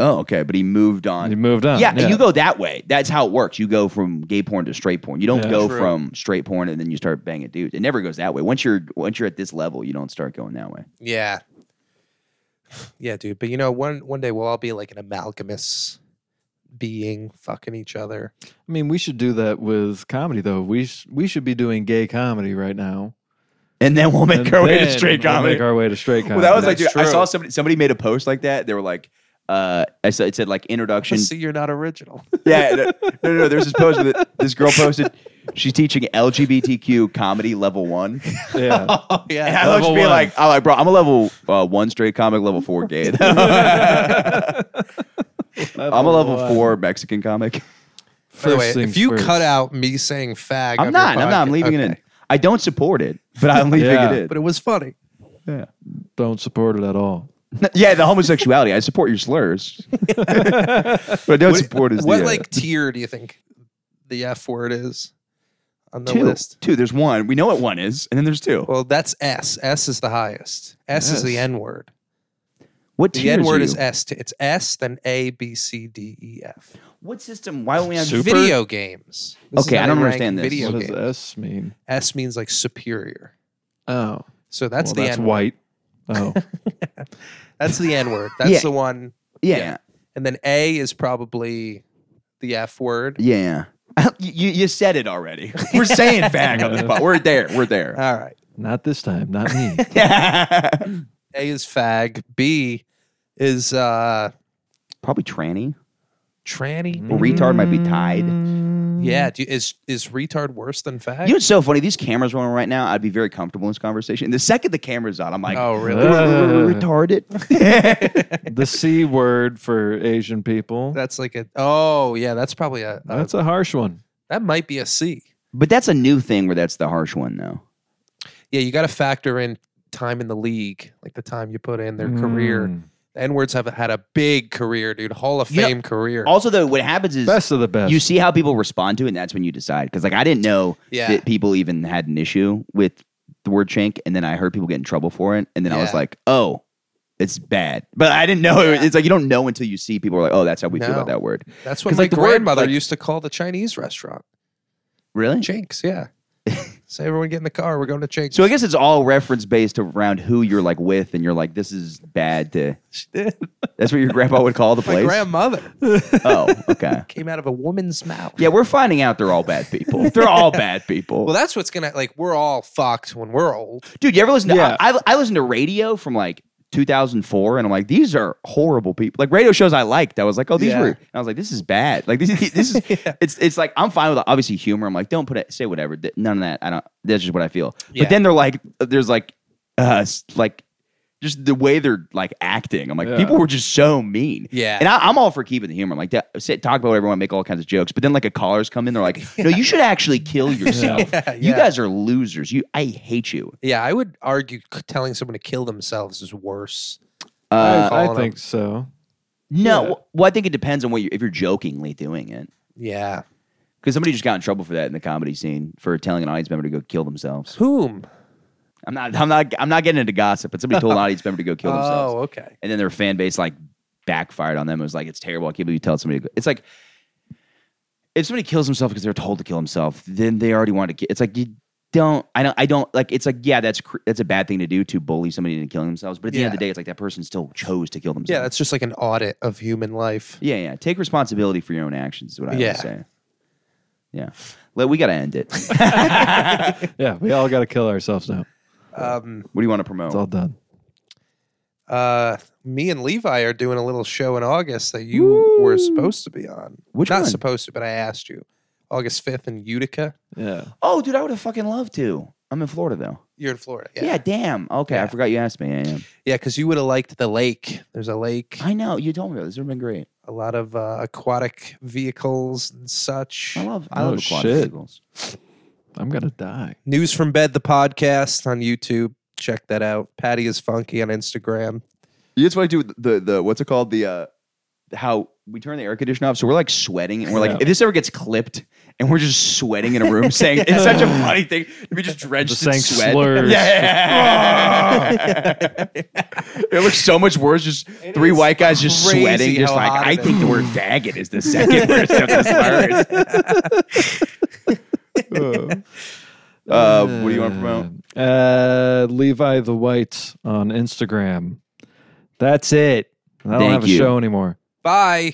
Speaker 4: Oh, okay. But he moved on.
Speaker 5: He moved on.
Speaker 4: yeah, you go that way. That's how it works. You go from gay porn to straight porn. You don't
Speaker 5: Yeah.
Speaker 4: go
Speaker 2: True.
Speaker 4: from straight porn and then you start banging dudes. It never goes that way. Once you're once you're at this level, you don't start going that way.
Speaker 2: Yeah. Yeah, dude. But you know, one one day we'll all be like an amalgamous being, fucking each other.
Speaker 5: I mean, we should do that with comedy though. We sh- we should be doing gay comedy right now.
Speaker 4: and then we'll make
Speaker 5: And
Speaker 4: our way to
Speaker 5: then
Speaker 4: straight
Speaker 5: we'll
Speaker 4: comedy.
Speaker 5: Make our way to straight
Speaker 4: well,
Speaker 5: comedy.
Speaker 4: that was like, dude,
Speaker 2: That's
Speaker 4: I saw
Speaker 2: true.
Speaker 4: somebody somebody made a post like that. They were like, uh, I said it said like introduction.
Speaker 2: Just see, you're not original.
Speaker 4: yeah, no, no, no. There's this post that this girl posted. She's teaching LGBTQ comedy level one.
Speaker 5: yeah.
Speaker 2: oh
Speaker 4: And
Speaker 2: yeah.
Speaker 4: I looked
Speaker 5: Level
Speaker 4: at me
Speaker 5: one.
Speaker 4: like, I'm like, bro, I'm a level uh, one straight comic, level four gay. I'm a level four Mexican comic.
Speaker 2: Oh, By the way,
Speaker 5: First things
Speaker 2: if you
Speaker 5: first.
Speaker 2: cut out me saying fag,
Speaker 4: I'm
Speaker 2: on your
Speaker 4: not. I'm not. I'm
Speaker 2: podcast-
Speaker 4: leaving it in.
Speaker 2: okay.
Speaker 4: I don't support it, but I'm leaving
Speaker 5: Yeah.
Speaker 4: it in.
Speaker 2: But it was funny.
Speaker 5: don't support it at all.
Speaker 4: yeah, the homosexuality. I support your slurs, but I don't support is
Speaker 2: What
Speaker 4: the, uh,
Speaker 2: like tier do you think the F word is on the
Speaker 4: two.
Speaker 2: list?
Speaker 4: Two. There's one. We know what one is, and then there's two.
Speaker 2: Well, that's S. S is the highest. S is the
Speaker 4: Yes.
Speaker 2: N word.
Speaker 4: what
Speaker 2: The
Speaker 4: tiers
Speaker 2: N word
Speaker 4: are
Speaker 2: is
Speaker 4: you?
Speaker 2: S. T- It's S, then A, B, C, D, E, F.
Speaker 4: What system? Why don't we have
Speaker 5: Super-
Speaker 2: Video games. is
Speaker 4: Okay,
Speaker 2: how
Speaker 4: I
Speaker 2: they
Speaker 4: don't
Speaker 2: rank
Speaker 4: understand this.
Speaker 2: Video
Speaker 5: What does
Speaker 2: games.
Speaker 5: S mean?
Speaker 2: S means like superior.
Speaker 5: Oh,
Speaker 2: So that's
Speaker 5: well,
Speaker 2: the
Speaker 5: that's
Speaker 2: N.
Speaker 5: white. Oh,
Speaker 2: That's the N word. That's
Speaker 4: Yeah.
Speaker 2: the one.
Speaker 4: Yeah.
Speaker 2: Yeah. And then A is probably the F word.
Speaker 4: Yeah. You, you said it already. We're saying fag on this pod. We're there. We're there.
Speaker 2: All right.
Speaker 5: not this time. Not me.
Speaker 2: Uh, A is fag. B is uh
Speaker 4: Probably tranny.
Speaker 2: tranny.
Speaker 4: Well, retard might be tied.
Speaker 2: Mm.
Speaker 4: You
Speaker 5: Mm.
Speaker 2: Yeah. Do, is is retard worse than fag?
Speaker 4: know what's so funny? These cameras are on right now. I'd be very comfortable in this conversation. the second the camera's on, I'm like,
Speaker 2: oh really?
Speaker 5: Uh,
Speaker 4: retarded.
Speaker 5: the C word for Asian people.
Speaker 2: That's like a oh yeah, that's probably a, a
Speaker 5: That's a harsh one.
Speaker 2: that might be a C.
Speaker 4: but that's a new thing where that's the harsh one, though.
Speaker 2: Yeah, you got to factor in time in the league, like the time you put in their career.
Speaker 5: Mm.
Speaker 2: The N words have had a big career, dude. Hall of
Speaker 4: You know,
Speaker 2: Fame career.
Speaker 4: Also, though, what happens is
Speaker 5: Best of the best.
Speaker 4: you see how people respond to it, and that's when you decide. Because, like, I didn't know
Speaker 2: Yeah.
Speaker 4: that people even had an issue with the word chink, and then I heard people get in trouble for it, and then I was
Speaker 2: Yeah.
Speaker 4: like, oh, it's bad. But I didn't know. It's like you don't know until you see people are like, oh, that's how we feel
Speaker 2: No.
Speaker 4: about that word.
Speaker 2: That's what
Speaker 4: 'Cause,
Speaker 2: my
Speaker 4: like, the word,
Speaker 2: grandmother
Speaker 4: like-
Speaker 2: used to call the Chinese restaurant.
Speaker 4: Really?
Speaker 2: Jinx, yeah. so everyone get in the car. We're going to Jinx.
Speaker 4: So I guess it's all reference based around who you're like with, and you're like, this is bad to. That's what your grandpa would call the
Speaker 2: my
Speaker 4: place.
Speaker 2: grandmother
Speaker 4: oh, okay.
Speaker 2: came out of a woman's mouth.
Speaker 4: Yeah, we're finding out they're all bad people. They're all bad people.
Speaker 2: Well, that's what's gonna like. We're all fucked when we're old.
Speaker 4: Dude, you ever listen to
Speaker 5: Yeah.
Speaker 4: I, I listen to radio from like 2004 and I'm like these are horrible people. Like radio shows I liked. I was like, "Oh, these
Speaker 2: Yeah.
Speaker 4: were." And I was like, "This is bad." Like this is this is it's it's like I'm fine with obviously humor. I'm like, "Don't put it say whatever. Th- None of that. I don't that's just what I feel."
Speaker 2: Yeah.
Speaker 4: But then they're like there's like uh s- like just the way they're like acting. I'm like,
Speaker 5: Yeah.
Speaker 4: people were just so mean.
Speaker 2: Yeah.
Speaker 4: And I, I'm all for keeping the humor. I'm like, that, sit, talk about everyone, make all kinds of jokes. But then like a caller's come in, they're like, no, you should actually kill yourself.
Speaker 2: Yeah,
Speaker 4: You
Speaker 2: yeah.
Speaker 4: guys are losers. You, I hate you.
Speaker 2: Yeah, I would argue c- telling someone to kill themselves is worse.
Speaker 4: Uh,
Speaker 5: I, I
Speaker 2: calling
Speaker 5: think so.
Speaker 4: no,
Speaker 5: yeah.
Speaker 4: well, I think it depends on what you if you're jokingly doing it.
Speaker 2: Yeah,
Speaker 4: Because somebody just got in trouble for that in the comedy scene for telling an audience member to go kill themselves.
Speaker 2: whom?
Speaker 4: I'm not, I'm not, I'm not getting into gossip, but somebody told an audience member to go kill themselves,
Speaker 2: Oh, okay.
Speaker 4: and then their fan base like backfired on them. It was like it's terrible. I can't believe you tell somebody. To go. It's like if somebody kills himself because they're told to kill himself, then they already want to. Ki- it's like you don't. I don't. I don't like. It's like yeah, that's cr- that's a bad thing to do to bully somebody into killing themselves. But at the end of the day, it's like that person still chose to kill themselves.
Speaker 2: Yeah, that's just like an audit of human life.
Speaker 4: Yeah, yeah. Take responsibility for your own actions is what I
Speaker 2: Yeah.
Speaker 4: always say. Yeah. Let, we got to end it. what
Speaker 5: Yeah, we all got to kill ourselves now.
Speaker 2: Um,
Speaker 4: do you want to
Speaker 5: It's all
Speaker 4: promote?
Speaker 5: done.
Speaker 2: uh, me and Levi are doing a little show in August that you were supposed to be on.
Speaker 4: Which
Speaker 2: Not
Speaker 4: one?
Speaker 2: supposed to, but I asked you. August fifth in Utica.
Speaker 5: Yeah.
Speaker 4: Oh, dude, I would have fucking loved to. I'm in Florida, though.
Speaker 2: You're in Florida.
Speaker 4: Yeah, damn. Okay, I forgot you asked me. I am.
Speaker 2: Yeah, because you would have liked the lake. There's a lake,
Speaker 4: I know. You told me about this. It would have been great.
Speaker 2: a lot of uh, aquatic vehicles and such.
Speaker 4: I love, I
Speaker 5: Oh,
Speaker 4: love aquatic
Speaker 5: shit.
Speaker 4: seagulls.
Speaker 5: I'm going to die.
Speaker 2: News from Bed, the podcast on YouTube. Check that out. Patty is funky on Instagram.
Speaker 4: That's what I do with the, the what's it called? The, uh, how we turn the air conditioner off, so we're like sweating, and we're like,
Speaker 5: Yeah.
Speaker 4: if this ever gets clipped, and we're just sweating in a room, saying it's such a funny thing to be just drenched
Speaker 5: Just
Speaker 4: in
Speaker 5: saying
Speaker 4: sweat.
Speaker 5: slurs.
Speaker 4: Yeah. it looks so much worse. Just three white guys just
Speaker 2: crazy
Speaker 4: sweating, just
Speaker 2: how
Speaker 4: like
Speaker 2: hot
Speaker 4: I
Speaker 2: it
Speaker 4: think the word faggot is the second worst of the slurs. uh, what do you want to promote?
Speaker 5: Uh, Levi the White on Instagram. That's it. I don't
Speaker 4: Thank
Speaker 5: have a
Speaker 4: you.
Speaker 5: show anymore.
Speaker 2: Bye.